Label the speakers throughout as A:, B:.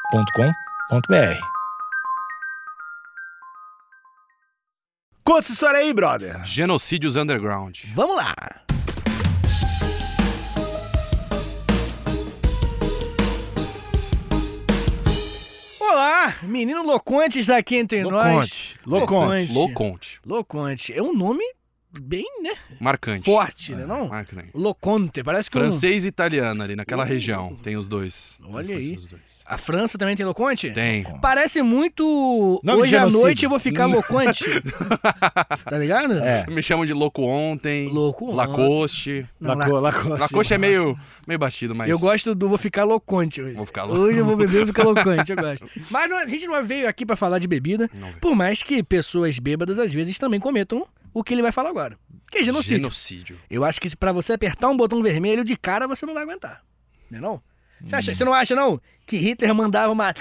A: agenciadepodcast.com.br.
B: Conta essa história aí, brother.
C: Genocídios Underground.
B: Vamos lá. Olá, menino Loconte está aqui entre nós. Loconte.
C: Loconte.
B: Loconte. É um nome bem, né?
C: Marcante. É,
B: Forte, né? Não?
C: Marcante.
B: Loconte, parece que um-
C: Francês e italiano ali naquela região. Tem os dois.
B: Olha
C: Tem
B: aí.
C: Os dois.
B: A França também tem Loconte?
C: Tem.
B: Parece muito.
A: Nome de
B: Hoje à
A: genocídio.
B: noite eu vou ficar Loconte. tá ligado?
A: É.
C: Me chamam de Loco Ontem.
B: Loco
C: Lacoste.
B: Não,
A: Laco- Lacoste.
C: Lacoste é meio, meio batido, mas.
B: Eu gosto do vou ficar loucante hoje.
C: Vou ficar lou-
B: hoje eu vou beber, vou ficar loucante, eu gosto. Mas não- a gente não veio aqui pra falar de bebida,
C: Não veio.
B: por mais que pessoas bêbadas às vezes também cometam o que ele vai falar agora. Que é genocídio.
C: Genocídio.
B: Eu acho que se pra você apertar um botão vermelho de cara, você não vai aguentar. Não é não? Você,
C: Hum.
B: acha, você não acha, não? Que Hitler mandava uma...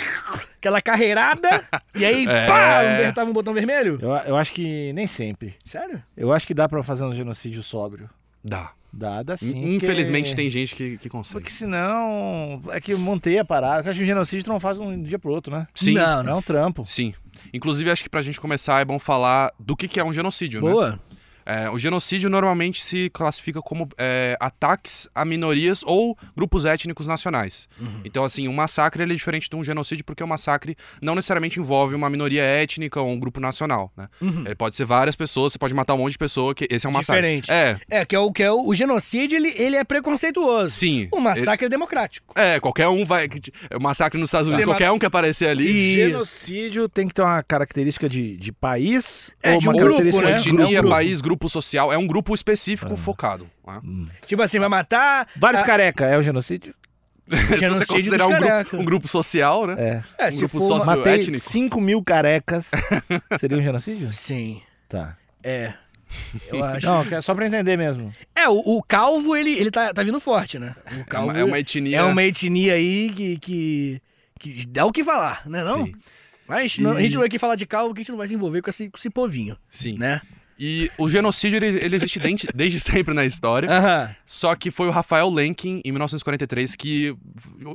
B: aquela carreirada e aí,
C: É.
B: pá, apertava um botão vermelho?
A: Eu, eu acho que nem sempre.
B: Sério?
A: Eu acho que dá pra fazer um genocídio sóbrio.
C: Dá.
A: Dá, dá sim.
C: In-
A: porque-
C: Infelizmente
B: é.
C: tem gente que, que consegue.
A: Porque senão. É que eu montei a parada. Eu acho que o genocídio tu não faz de um dia pro outro, né?
C: Sim.
B: Não,
A: Não é
B: não.
A: um trampo.
C: Sim. Inclusive, acho que pra gente começar é bom falar do que, que é um genocídio, né?
B: Boa.
C: É, o genocídio normalmente se classifica como é, ataques a minorias ou grupos étnicos nacionais.
B: Uhum.
C: Então, assim, um massacre ele é diferente de um genocídio porque o massacre não necessariamente envolve uma minoria étnica ou um grupo nacional, né?
B: Uhum.
C: Ele pode ser várias pessoas, você pode matar um monte de pessoa, que esse é um massacre.
B: Diferente.
C: É,
B: É, que é o que é o, o genocídio, ele, ele é preconceituoso.
C: sim.
B: O massacre é democrático.
C: É, qualquer um vai... é um massacre nos Estados Unidos,
B: Você
C: qualquer um que aparecer ali... é
B: Isso.
A: Genocídio tem que ter uma característica de, de país
B: É,
A: ou
B: de
A: uma
B: um grupo,
A: característica
B: né?
A: de
C: Etnia,
A: grupo.
C: país, grupo social, é um grupo específico focado. né?
B: Tipo assim, vai matar.
A: Vários
B: Ah,
A: careca é o genocídio?
C: Se você
B: Genocídio
C: considerar
B: dos
C: um grupo,
B: careca.
C: um grupo social, né?
A: É.
B: É,
C: um
B: se
C: grupo
B: for uma-
C: sócio-
A: Matei
C: étnico.
A: 5 mil carecas. Seria um genocídio?
B: Sim,
A: Tá.
B: é. Eu acho.
A: Não, que é só pra entender mesmo.
B: É, o, o calvo, ele, ele tá, tá vindo forte, né? O
C: É
B: calvo
C: uma, é uma etnia...
B: é uma etnia aí que, que, que dá o que falar, né? Não?
C: Sim,
B: Mas não- a
C: E-
B: gente não vai aqui falar de calvo, que a gente não vai se envolver com esse, com esse povinho,
C: sim.
B: né?
C: E o genocídio ele, ele existe dente- desde sempre na história.
B: Aham.
C: Só que foi o Rafael Lenkin, em 1943, que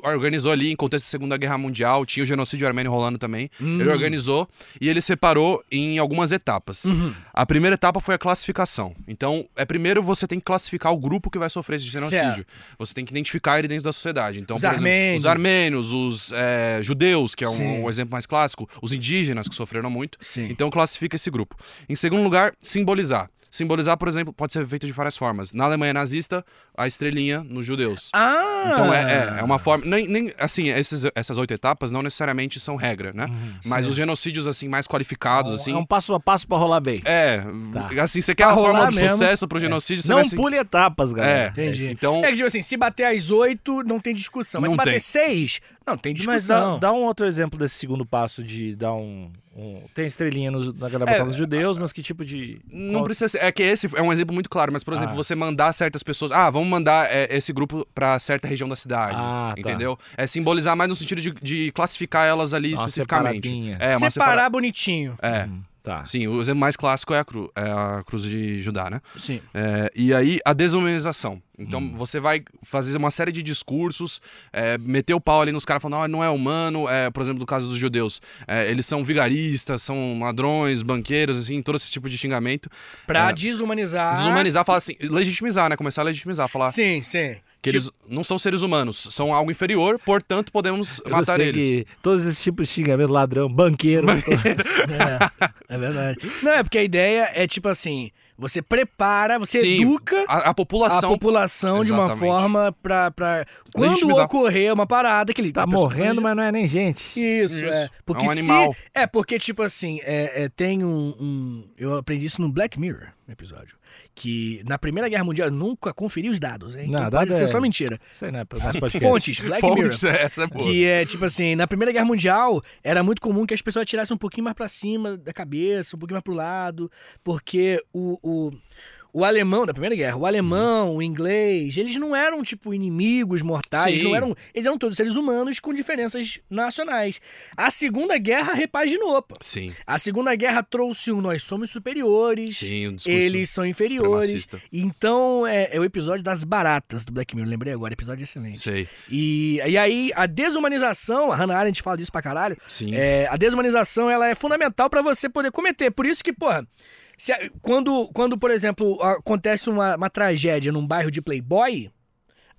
C: organizou ali, em contexto da Segunda Guerra Mundial, tinha o genocídio armênio rolando também.
B: Hum.
C: Ele organizou e ele separou em algumas etapas.
B: Uhum.
C: A primeira etapa foi a classificação. Então, é primeiro você tem que classificar o grupo que vai sofrer esse genocídio. Você tem que identificar ele dentro da sociedade. Então,
B: Os
C: por exemplo,
B: armênios.
C: os armênios, os é, judeus, que é
B: Sim.
C: um, um exemplo mais clássico, os indígenas que sofreram muito.
B: Sim.
C: Então classifica esse grupo. Em segundo lugar, simbolizar. Simbolizar, por exemplo, pode ser feito de várias formas. Na Alemanha nazista, a estrelinha nos judeus.
B: Ah!
C: Então é, é, é uma forma. Nem, nem- assim, esses- essas oito etapas não necessariamente são regra, né? Mas os genocídios, assim, mais qualificados, assim.
A: Uhum, É um passo a passo pra rolar bem.
C: É,
A: Tá. É.
C: assim, você quer a
B: rolar
C: forma de
B: mesmo.
C: sucesso pro genocídio, você
A: Não
C: vai se-
A: pule etapas,
C: É,
A: galera.
B: Entendi.
C: Então,
B: É que, tipo assim, se bater às oito, não tem discussão. Mas
C: Não
B: se bater
C: tem.
B: seis, não tem
A: Mas dá,
B: discussão.
A: dá um outro exemplo desse segundo passo de dar um. um- tem estrelinha nos, na galera botar nos judeus, mas que tipo de.
C: É, Não
A: qual-
C: precisa ser. É que esse é um exemplo muito claro, mas, por exemplo,
A: Ah.
C: você mandar certas pessoas. Ah, vamos mandar é, esse grupo pra certa região da cidade.
A: Ah, tá.
C: entendeu? É simbolizar mais no sentido de, de classificar elas ali
A: Uma
C: especificamente.
A: separadinha.
C: É, uma
B: Separar bonitinho.
C: separa- É.
A: Tá.
C: Sim, o exemplo mais clássico é a, cru- é a cruz de Judá, né?
B: Sim.
C: É, e aí, a desumanização. Então,
A: Hum.
C: você vai fazer uma série de discursos, é, meter o pau ali nos caras falando, "Ah, não é humano, é, por exemplo, do caso dos judeus. É, eles são vigaristas, são ladrões, banqueiros, assim, todo esse tipo de xingamento.
B: Pra
C: É.
B: desumanizar.
C: Desumanizar, falar assim, legitimizar, né? Começar a legitimizar, falar
B: Ah. Sim, sim.
C: que eles não são seres humanos, são algo inferior, portanto podemos
A: Eu
C: matar
A: gostei
C: eles.
A: que todos esses tipos de xingamento, ladrão, banqueiro.
B: É, é verdade. Não, é porque a ideia é tipo assim: você prepara, você
C: Sim,
B: educa
C: a, a
B: a
C: população.
B: população de uma
C: Exatamente.
B: forma pra. pra quando
C: Legitimizar.
B: ocorrer uma parada que ele
A: tá
B: a pessoa-
A: morrendo, mas não é nem gente.
B: Isso,
C: Isso,
B: é. Porque
C: é um
B: se-
C: animal.
B: É, porque, tipo assim, é, é, tem um, um- Eu aprendi isso no Black Mirror um episódio. Que na Primeira Guerra Mundial eu nunca conferi os dados, hein?
A: Não,
B: Então
A: dado
B: pode ser
A: é-
B: só mentira.
A: Isso aí não é pra nosso podcast.
B: Fontes, Black Mirror.
C: Fontes, é, essa é boa.
B: Que é tipo assim, na Primeira Guerra Mundial era muito comum que as pessoas tirassem um pouquinho mais pra cima da cabeça, um pouquinho mais pro lado, porque o, o, o alemão, da Primeira Guerra, o alemão,
C: Uhum.
B: o inglês, eles não eram, tipo, inimigos mortais,
C: Sim.
B: não eram. Eles eram todos seres humanos com diferenças nacionais. A Segunda Guerra repaginou, pô.
C: Sim.
B: A Segunda Guerra trouxe um nós somos superiores,
C: Sim, um discurso
B: eles são inferiores.
C: supremacista.
B: Então, é, é o episódio das baratas do Black Mirror, lembrei agora, episódio excelente.
C: Sei.
B: E, e aí, a desumanização, a Hannah Arendt fala disso pra caralho,
C: Sim.
B: é, a desumanização ela é fundamental pra você poder cometer. Por isso que, porra, se a- quando, quando, por exemplo, acontece uma, uma tragédia num bairro de Playboy,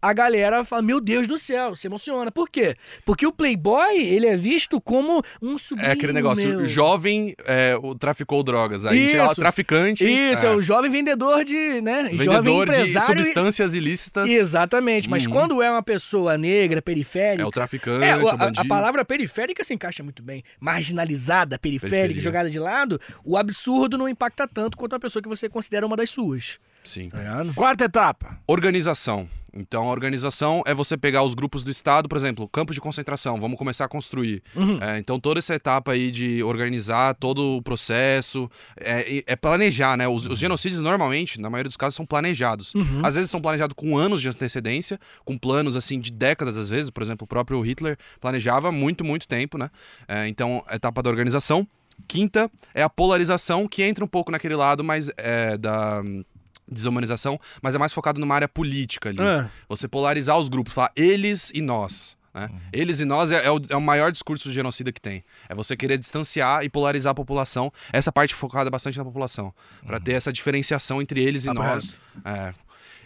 B: a galera fala: Meu Deus do céu, se emociona. Por quê? Porque o Playboy ele é visto como um sobrinho.
C: É aquele negócio,
B: meu.
C: jovem é, o- traficou drogas. Aí
B: Isso.
C: sei lá, o traficante.
B: Isso, é.
C: é,
B: o jovem vendedor de, né? jovem
C: vendedor de
B: empresário.
C: substâncias ilícitas.
B: Exatamente, mas
C: Uhum.
B: quando é uma pessoa negra, periférica,
C: É o traficante,
B: É, o-
C: o,
B: a- a,
C: bandido.
B: palavra periférica se encaixa muito bem. Marginalizada, periférica,
C: Periferia.
B: jogada de lado, o absurdo não impacta tanto quanto a pessoa que você considera uma das suas.
C: Sim.
B: Tá ligado?
A: Quarta etapa.
C: Organização. Então, a organização é você pegar os grupos do Estado, por exemplo, campo de concentração, vamos começar a construir. É, então, toda essa etapa aí de organizar todo o processo, é, e- é planejar, né? Os, os genocídios, normalmente, na maioria dos casos, são planejados. Às vezes, são planejados com anos de antecedência, com planos, assim, de décadas, às vezes. Por exemplo, o próprio Hitler planejava muito, muito tempo, né? É, então, etapa da organização. Quinta é a polarização, que entra um pouco naquele lado mais é, da hum, desumanização, mas é mais focado numa área política ali.
B: Ah,
C: Você polarizar os grupos, falar eles e nós. Né? Eles e nós é, é o, é o maior discurso de genocida que tem. É você querer distanciar e polarizar a população. Essa parte focada bastante na população. Pra ter essa diferenciação entre
A: Tá
C: eles e
B: Papo
C: nós. É.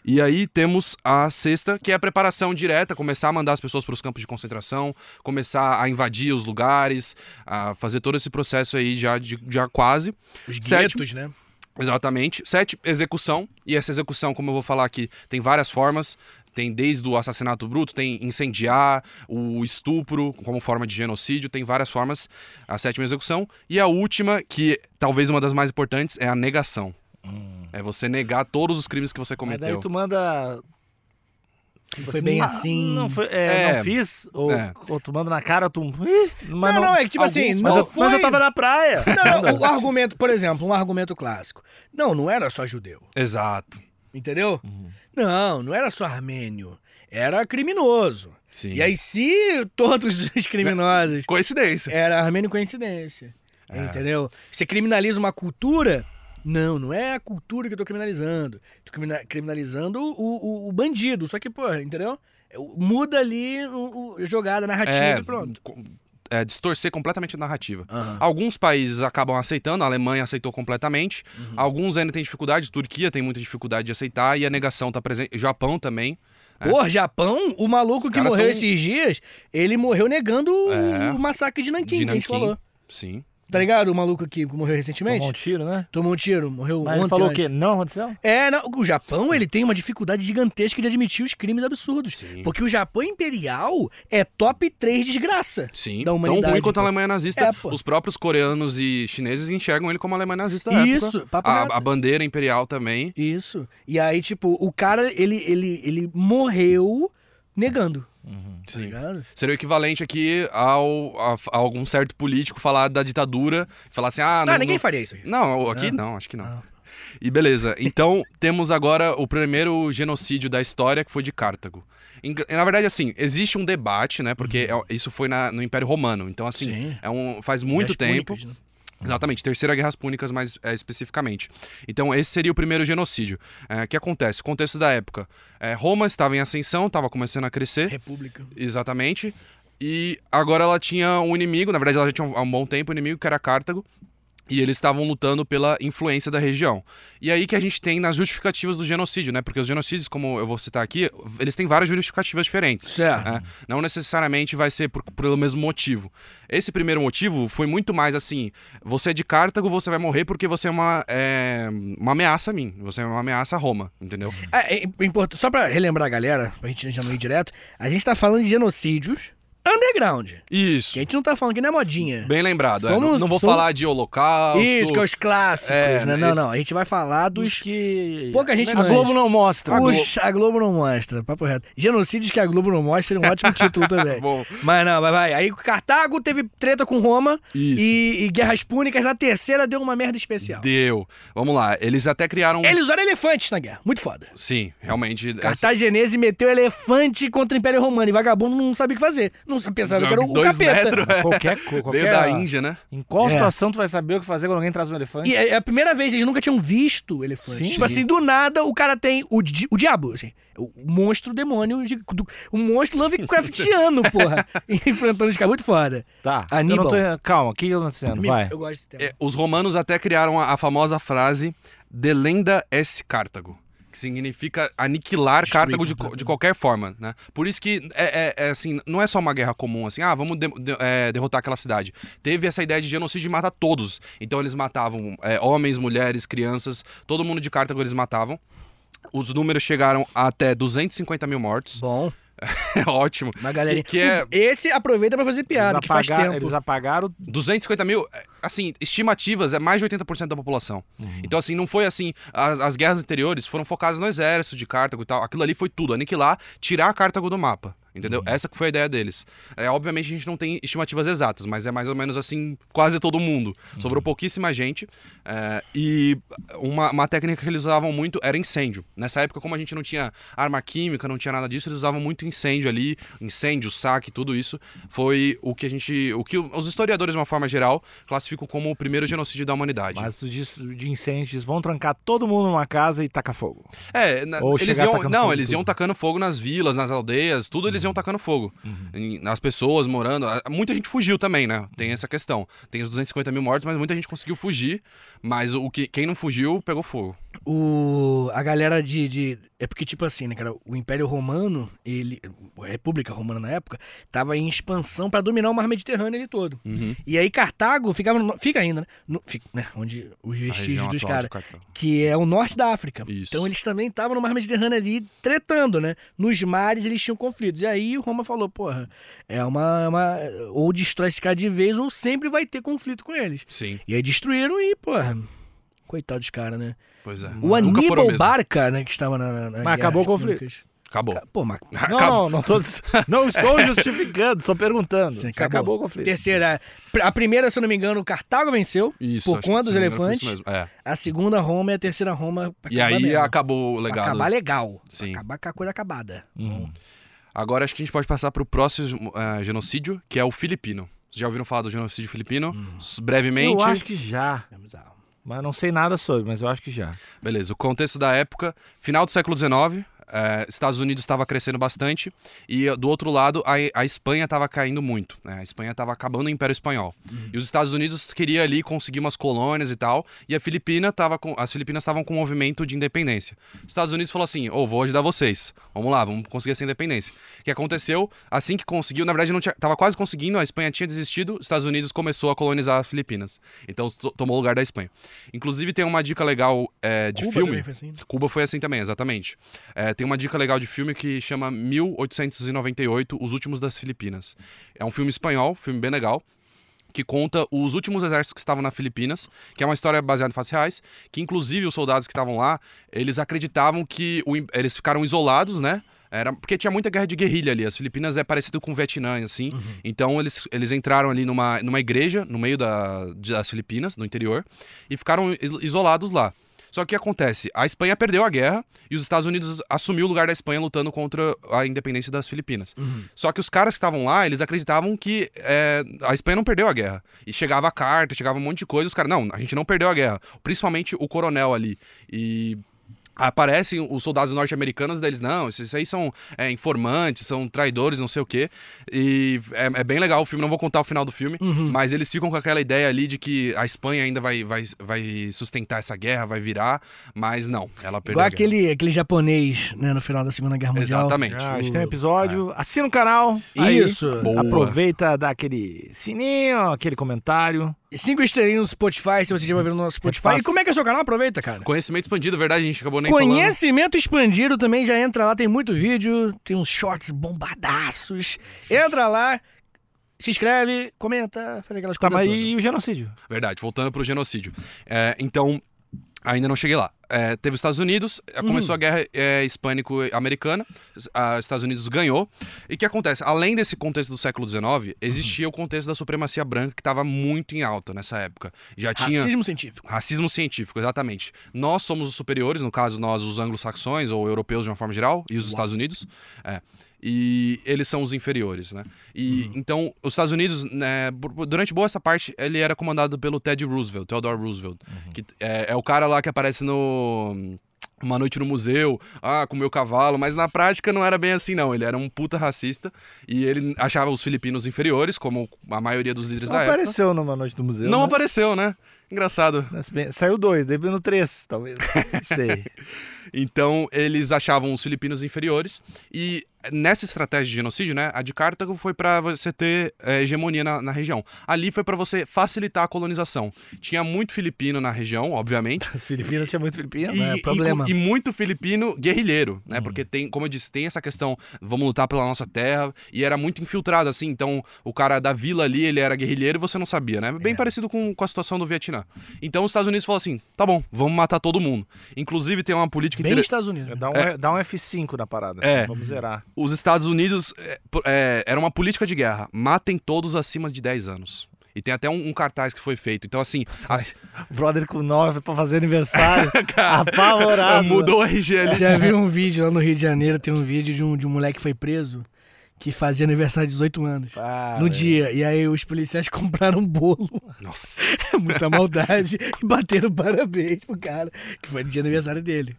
C: E aí temos a sexta, que é a preparação direta, começar a mandar as pessoas para os campos de concentração, começar a invadir os lugares, a fazer todo esse processo aí já, de- já quase.
B: os
C: Sétimo.
B: guetos, né?
C: Exatamente. Sete, execução. E essa execução, como eu vou falar aqui, tem várias formas. Tem desde o assassinato bruto, tem incendiar, o estupro como forma de genocídio, tem várias formas. A sétima execução. E a última, que talvez uma das mais importantes, é a negação. É você negar todos os crimes que você
A: Hum. Mas daí
C: cometeu.
A: tu manda.
B: foi bem
A: Ah,
B: assim.
A: Não, foi, é,
C: É.
A: não fiz? Ou,
C: É.
A: ou tu manda na cara, tu. Ih, mas
B: Não, não, é que tipo assim,
A: Alguns-
B: não
A: mas, eu, mas eu
B: foi-
A: tava na praia.
B: É. Não, não, o argumento, por exemplo, um argumento clássico. Não, não era só judeu,
C: Exato.
B: entendeu?
A: Uhum.
B: Não, não era só armênio. Era criminoso.
C: Sim.
B: E aí, se todos os criminosos
C: Coincidência.
B: Era armênio coincidência. Entendeu? Você criminaliza uma cultura. Não, não é a cultura que eu tô criminalizando. Tô crimina- criminalizando o, o- o bandido. Só que, pô, entendeu? É, o- Muda ali o, o- a jogada, a narrativa
C: É,
B: e pronto.
C: co- é, distorcer completamente a narrativa. Alguns países acabam aceitando, a Alemanha aceitou completamente,
B: Uhum.
C: alguns ainda têm dificuldade, Turquia tem muita dificuldade de aceitar e a negação tá presente, Japão também.
B: Pô, Japão, o maluco
C: Os
B: que
C: caras
B: morreu
C: são-
B: esses dias, ele morreu negando o-
C: É.
B: o massacre de Nanquim,
C: de
B: que a gente
C: Nanquim.
B: falou.
C: Sim.
B: Tá ligado? O maluco que morreu recentemente?
A: Tomou
B: Tomou
A: um
B: um,
A: tiro, né?
B: tiro, morreu
A: Mas
B: ontem.
A: ele falou o
B: eu
A: quê?
B: acho.
A: Não aconteceu?
B: É, não, o Japão, ele tem uma dificuldade gigantesca de admitir os crimes absurdos.
C: Sim.
B: Porque o Japão Imperial é top 3 desgraça.
C: Sim.
B: Da
C: Tão
B: humanidade,
C: ruim quanto a
B: pô.
C: Alemanha nazista.
B: É, pô.
C: Os próprios coreanos e chineses enxergam ele como a Alemanha nazista da
B: Isso,
C: época. Ah,
B: papo reto.
C: a, a bandeira imperial também.
B: Isso. E aí, tipo, o cara, ele, ele, ele morreu negando. Tá
C: Sim. Ah,
B: ligado?
C: Seria o equivalente aqui ao, a, a algum certo político falar da ditadura e falar assim: ah,
B: tá,
C: não-
B: ninguém
C: não-
B: faria isso. aqui.
C: Não, aqui não, acho que não.
B: Ah.
C: E beleza, então temos agora o primeiro genocídio da história, que foi de Cartago. Em- na verdade, assim, existe um debate, né? Porque é- isso foi na- no Império Romano. Então, assim,
B: Uhum. Sim.
C: é um, faz muito
B: As
C: tempo.
B: púnicas, né?
C: Exatamente, Terceira Guerra Púnicas mais é, especificamente. Então, esse seria o primeiro genocídio. É, O que acontece? Contexto da época. É, Roma estava em ascensão, estava começando a crescer.
B: República.
C: Exatamente. E agora ela tinha um inimigo, na verdade ela já tinha um- há um bom tempo um inimigo, que era Cartago. E eles estavam lutando pela influência da região. E aí que a gente tem nas justificativas do genocídio, né? Porque os genocídios, como eu vou citar aqui, eles têm várias justificativas diferentes.
B: Certo.
C: né? Não necessariamente vai ser por- pelo mesmo motivo. Esse primeiro motivo foi muito mais assim: você é de Cartago, você vai morrer porque você é uma, é, uma ameaça a mim. Você é uma ameaça a Roma, entendeu?
B: É, é import- Só pra relembrar a galera, pra gente já não ir direto, a gente tá falando de genocídios. Ah, underground. Que
C: Isso.
B: a gente não tá falando que não é modinha.
C: Bem lembrado. é.
B: Somos-
C: Não, não vou
B: somos-
C: falar de holocausto.
B: Isso, que é os clássicos,
C: É,
B: né? Não,
C: esse-
B: não. A gente vai falar dos.
A: Dos que.
B: Pouca gente
A: A
B: manja.
A: Globo não mostra.
B: Puxa, a Globo não mostra, papo reto. Genocídios que a Globo não mostra é um ótimo título também.
C: Bom,
B: Mas não, vai, vai. Aí Cartago teve treta com Roma
C: isso.
B: e, e guerras púnicas. Na terceira deu uma merda especial.
C: Deu. Vamos lá. Eles até criaram.
B: Então.
C: um
B: Eles usaram elefantes na guerra. Muito foda.
C: Sim, realmente. essa-
B: Cartagenese meteu elefante contra o Império Romano e vagabundo não sabia o que fazer. Não sabia, pensava que era o, o
C: Dois
B: capeta.
C: metros, é.
A: Qualquer coisa.
C: Veio
A: Qualquer...
C: da Índia, né?
A: Em qual
B: É.
A: situação tu vai saber o que fazer quando alguém traz um elefante?
B: E é é a primeira vez, eles nunca tinham visto elefante.
A: Sim.
B: Tipo assim, do nada, o cara tem o, di- o diabo, assim. O monstro demônio, de- do- o monstro Lovecraftiano, porra. enfrentando os caras, muito foda.
A: Tá.
B: Aníbal.
A: Eu não tô... Calma, o que eu tô dizendo?
B: Amigo,
A: Vai.
B: Eu gosto desse tema.
C: É, os romanos até criaram a, a famosa frase de lenda est Cartago, que significa aniquilar
B: Destruir
C: Cartago de, co- de
B: completamente.
C: qualquer forma, né? Por isso que é, é- é assim, não é só uma guerra comum, assim, ah, vamos de- de- é, derrotar aquela cidade. Teve essa ideia de genocídio de matar todos. Então eles matavam é, homens, mulheres, crianças, todo mundo de Cartago eles matavam. Os números chegaram até 250 mil mortos.
B: Bom,
C: É ótimo.
B: uma galerinha.
C: Que- que é-
B: Esse aproveita pra fazer piada,
A: eles,
B: que faz
A: apagar-
B: tempo.
A: eles apagaram.
C: 250 mil, é, assim, estimativas, é mais de 80% da população. Então, assim, não foi assim. As, as guerras anteriores foram focadas no exército de Cartago e tal. Aquilo ali foi tudo. Aniquilar, tirar Cartago do mapa. Entendeu? Essa que foi a ideia deles. É, obviamente a gente não tem estimativas exatas, mas é mais ou menos assim, quase todo mundo. Sobrou pouquíssima gente. é, e uma, uma técnica que eles usavam muito era incêndio. Nessa época, como a gente não tinha arma química, não tinha nada disso, eles usavam muito incêndio ali, incêndio, saque, tudo isso. Foi o que a gente. o que os historiadores, de uma forma geral, classificam como o primeiro genocídio da humanidade.
A: Mas tu diz de incêndio, diz, vão trancar todo mundo numa casa e taca fogo.
C: É, na-
A: Ou
C: eles
A: chegar
C: iam,
A: tacando
C: não,
A: fogo em
C: eles
A: tudo.
C: iam tacando fogo nas vilas, nas aldeias, tudo eles iam tacando fogo.
A: Uhum.
C: Em- Nas pessoas morando. a- Muita gente fugiu também, né? Tem essa questão. Tem os 250 mil mortos, mas muita gente conseguiu fugir. Mas o que, quem não fugiu pegou fogo.
B: O, a galera de, de- É porque, tipo assim, né, cara? O Império Romano, ele. A República Romana na época, tava em expansão pra dominar o mar Mediterrâneo ele todo.
A: Uhum.
C: Uhum.
B: E aí Cartago ficava. no- fica ainda, né? No- fica, né, Onde os
C: A
B: vestígios
C: região
B: dos
C: atual de
B: caras.
C: Cartago.
B: Que é o norte da África.
C: Isso.
B: Então eles também estavam no mar Mediterrâneo ali tretando, né? Nos mares eles tinham conflitos. E aí o Roma falou: porra, é uma. uma- ou destrói esse cara de vez, ou sempre vai ter conflito com eles.
C: Sim,
B: E aí destruíram e, porra. Coitado dos caras, né?
C: pois é.
B: O
C: Nunca foram
B: Aníbal
C: mesmo.
B: Barca, né, que estava na. na, na Guerra
A: acabou
B: das
A: o conflito.
B: Púnicas.
C: Acabou.
B: Ca- Pô, mas.
A: Não,
C: Acabou.
A: não, não, tô, não estou justificando, só perguntando.
B: Sim,
A: Se
B: acabou.
A: acabou o conflito.
B: Terceira. A primeira, se eu não me engano, Cartago venceu.
C: Isso,
B: por
C: acho que,
B: conta
C: se
B: dos
C: não me engano, foi isso
B: elefantes.
C: mesmo. É.
B: A segunda Roma e a terceira Roma. pra
C: E
B: acabar
C: aí
B: mesmo.
C: acabou o
B: Pra
C: legado.
B: Acabar legal.
C: Sim.
B: Acabar com a coisa acabada.
A: Uhum.
C: Agora acho que a gente pode passar pro próximo eh, genocídio, que é o filipino. Vocês já ouviram falar do genocídio filipino?
A: Uhum.
C: S- Brevemente.
A: Eu acho que já.
B: Vamos lá.
A: Mas não sei nada sobre, mas eu acho que já.
C: Beleza, o contexto da época, final do século XIX, eh, Estados Unidos estava crescendo bastante e eh, do outro lado a, a Espanha estava caindo muito. né? A Espanha estava acabando o Império Espanhol. E os Estados Unidos queria ali conseguir umas colônias e tal, e a Filipina tava com, as Filipinas estavam com um movimento de independência. Os Estados Unidos falou assim: "Ô, vou ajudar vocês. Vamos lá, vamos conseguir essa independência". O que aconteceu? Assim que conseguiu, na verdade não tinha, tava quase conseguindo, a Espanha tinha desistido, os Estados Unidos começou a colonizar as Filipinas. Então to- tomou o lugar da Espanha. Inclusive tem uma dica legal eh, de
B: Cuba
C: filme.
B: também foi assim.
C: Cuba foi assim também, exatamente. É, tem uma dica legal de filme que chama 1898, Os Últimos das Filipinas. É um filme espanhol, filme bem legal, que conta os últimos exércitos que estavam na Filipinas, que é uma história baseada em fatos reais, que inclusive os soldados que estavam lá, eles acreditavam que o im- eles ficaram isolados, né? Era, porque tinha muita guerra de guerrilha ali. As Filipinas é parecido com o Vietnã, assim. Então eles, eles entraram ali numa, numa igreja, no meio da, de- das Filipinas, no interior, e ficaram is- isolados lá. Só que o que acontece? A Espanha perdeu a guerra e os Estados Unidos assumiu o lugar da Espanha lutando contra a independência das Filipinas. Só que os caras que estavam lá, eles acreditavam que é, a Espanha não perdeu a guerra. E chegava a carta, chegava um monte de coisa, os caras, não, a gente não perdeu a guerra. Principalmente o coronel ali. E aparecem os soldados norte-americanos deles, não, esses aí são é, informantes, são traidores, não sei o quê. E é, é bem legal o filme, não vou contar o final do filme, mas eles ficam com aquela ideia ali de que a Espanha ainda vai, vai, vai sustentar essa guerra, vai virar, mas não, ela perdeu.
B: Igual
C: a guerra.
B: aquele, aquele japonês, né, no final da Segunda Guerra Mundial.
C: Exatamente.
A: Já, a gente tem um episódio. Assina o canal. aí
B: Isso.
C: Boa.
A: Aproveita, dá aquele sininho, aquele comentário.
B: Cinco estrelinhas no Spotify, se você já vai ver no nosso Spotify.
A: fácil.
B: E como é que é o seu canal? Aproveita, cara.
C: Conhecimento expandido, é verdade, a gente acabou nem falando.
B: Conhecimento expandido também já entra lá, tem muito vídeo, tem uns shorts bombadaços. Entra lá, se inscreve, comenta, faz aquelas
A: Tá,
B: coisas.
A: mas
B: todas.
A: e o genocídio?
C: Verdade, voltando pro genocídio. É, então, ainda não cheguei lá. É, teve os Estados Unidos, é, começou a guerra é, hispânico-americana, os a- Estados Unidos ganhou. E o que acontece? Além desse contexto do século XIX, existia o contexto da supremacia branca que estava muito em alta nessa época. Já tinha.
B: Racismo científico.
C: Racismo científico, exatamente. Nós somos os superiores, no caso, nós, os anglo-saxões ou europeus de uma forma geral, e os Estados Unidos. É. E eles são os inferiores, né? E
A: Uhum.
C: então, os Estados Unidos, né, bu- durante boa essa parte, ele era comandado pelo Ted Roosevelt, Theodore Roosevelt,
A: Uhum.
C: que é, é o cara lá que aparece no uma noite no museu, ah, com meu cavalo, mas na prática não era bem assim não, ele era um puta racista e ele achava os filipinos inferiores, como a maioria dos líderes da época.
A: apareceu numa noite do museu.
C: Não
A: né?
C: apareceu, né? Engraçado.
A: Mas bem- Saiu dois, daí no três, talvez. Não sei.
C: Então, eles achavam os filipinos inferiores. E nessa estratégia de genocídio, né, a de Cartago foi para você ter eh, hegemonia na, na região. Ali foi para você facilitar a colonização. Tinha muito filipino na região, obviamente.
A: As Filipinas tinha muito filipino,
C: E,
A: né?
C: e-
B: É, problema. Hum.
C: e muito filipino guerrilheiro, né? Porque tem, como eu disse, tem essa questão, vamos lutar pela nossa terra, e era muito infiltrado, assim. Então, o cara da vila ali, ele era guerrilheiro e você não sabia, né?
B: É.
C: Bem parecido com, com a situação do Vietnã. Então, os Estados Unidos falou assim: tá bom, vamos matar todo mundo. Inclusive, tem uma política
B: Bem
C: inter-
B: nos Estados Unidos. né?
A: Dá um, dá um F5 na parada.
C: É.
A: assim, vamos zerar.
C: Os Estados Unidos é, po- é, era uma política de guerra. Matem todos acima de 10 anos. E tem até um, um cartaz que foi feito. Então, assim, assim
A: Brother com 9 pra fazer aniversário. apavorado.
C: é,
B: né?
C: mudou o RG ali.
B: Já vi um vídeo lá no Rio de Janeiro, tem um vídeo de um, de um moleque que foi preso que fazia aniversário de 18 anos.
A: Ah,
B: no
A: velho.
B: dia. E aí os policiais compraram um bolo.
C: Nossa.
B: Muita maldade. e bateram parabéns pro cara, que foi no dia do aniversário dele.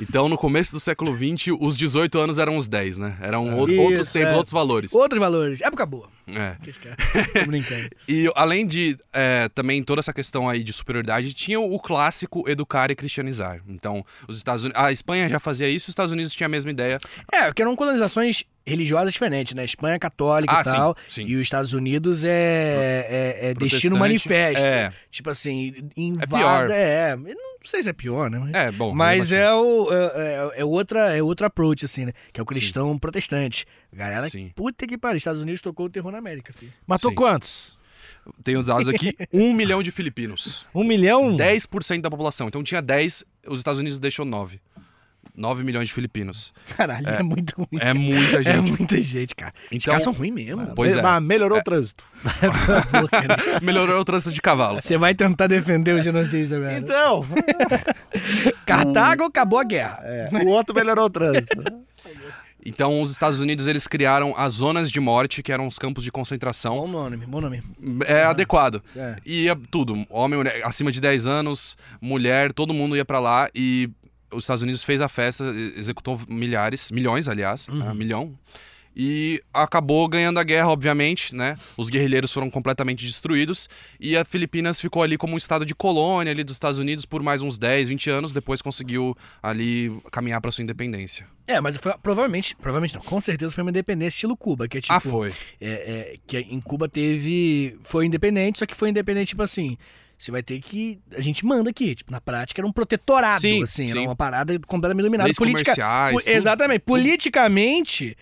C: Então, no começo do século XX, os 18 anos eram os 10, né? Eram ou-
B: Isso,
C: outros tempos,
B: é.
C: outros valores.
B: Outros valores. Época boa.
C: É.
B: Tô brincando.
C: E além de é, também toda essa questão aí de superioridade, tinha o clássico educar e cristianizar. Então, os Estados Unidos. A Espanha já fazia isso, os Estados Unidos tinham a mesma ideia.
B: É, porque eram colonizações religiosas diferentes, né? Espanha é católica
C: Ah,
B: e
C: sim,
B: tal.
C: sim.
B: E os Estados Unidos é, é, é
C: Protestante,
B: destino manifesto.
C: é.
B: Tipo assim, invada. É, Eu não sei se é pior, né? Mas...
C: É, bom.
B: Mas
C: mesmo
B: é, o, é, é- é outra, é outro approach, assim, né? Que é o cristão protestante. Galera,
C: Sim.
B: puta que pariu. Estados Unidos tocou o terror na América, filho.
A: Matou
C: Sim.
A: quantos?
C: assim, Tenho dados aqui: um milhão de filipinos.
A: Um milhão?
C: 10% da população. Então tinha 10, os Estados Unidos deixou 9. 9 milhões de filipinos.
B: Caralho, é, muito ruim.
C: É muita
B: É
C: gente.
B: muita gente, cara. Os
C: Então,
B: caras são ruins mesmo.
C: Pois é.
A: Mas melhorou o trânsito.
B: Você, né?
C: melhorou o trânsito de cavalos.
B: Você vai tentar defender o genocídio agora.
A: Então,
B: Cartago acabou a guerra.
A: é, o outro melhorou o trânsito.
C: Então, os Estados Unidos eles criaram as zonas de morte, que eram os campos de concentração.
B: Bom nome, bom nome.
C: É adequado.
B: É.
C: E ia tudo, homem, mulher, acima de 10 anos, mulher, todo mundo ia pra lá e os Estados Unidos fez a festa, e- executou milhares, milhões, aliás, né, milhão. E acabou ganhando a guerra, obviamente, né? Os guerrilheiros foram completamente destruídos e a Filipinas ficou ali como um estado de colônia ali dos Estados Unidos por mais uns 10, 20 anos, depois conseguiu ali caminhar pra sua independência.
B: É, mas foi- provavelmente, provavelmente não, com certeza foi uma independência estilo Cuba, que é tipo.
C: ah, foi.
B: é- é, que em Cuba teve. Foi independente, só que foi independente, tipo assim. Você vai ter que. A gente manda aqui. Tipo, na prática era um protetorado,
C: Sim,
B: assim. Era
C: sim.
B: uma parada completamente iluminada.
C: Leis comerciais, tudo.
B: exatamente. Politicamente,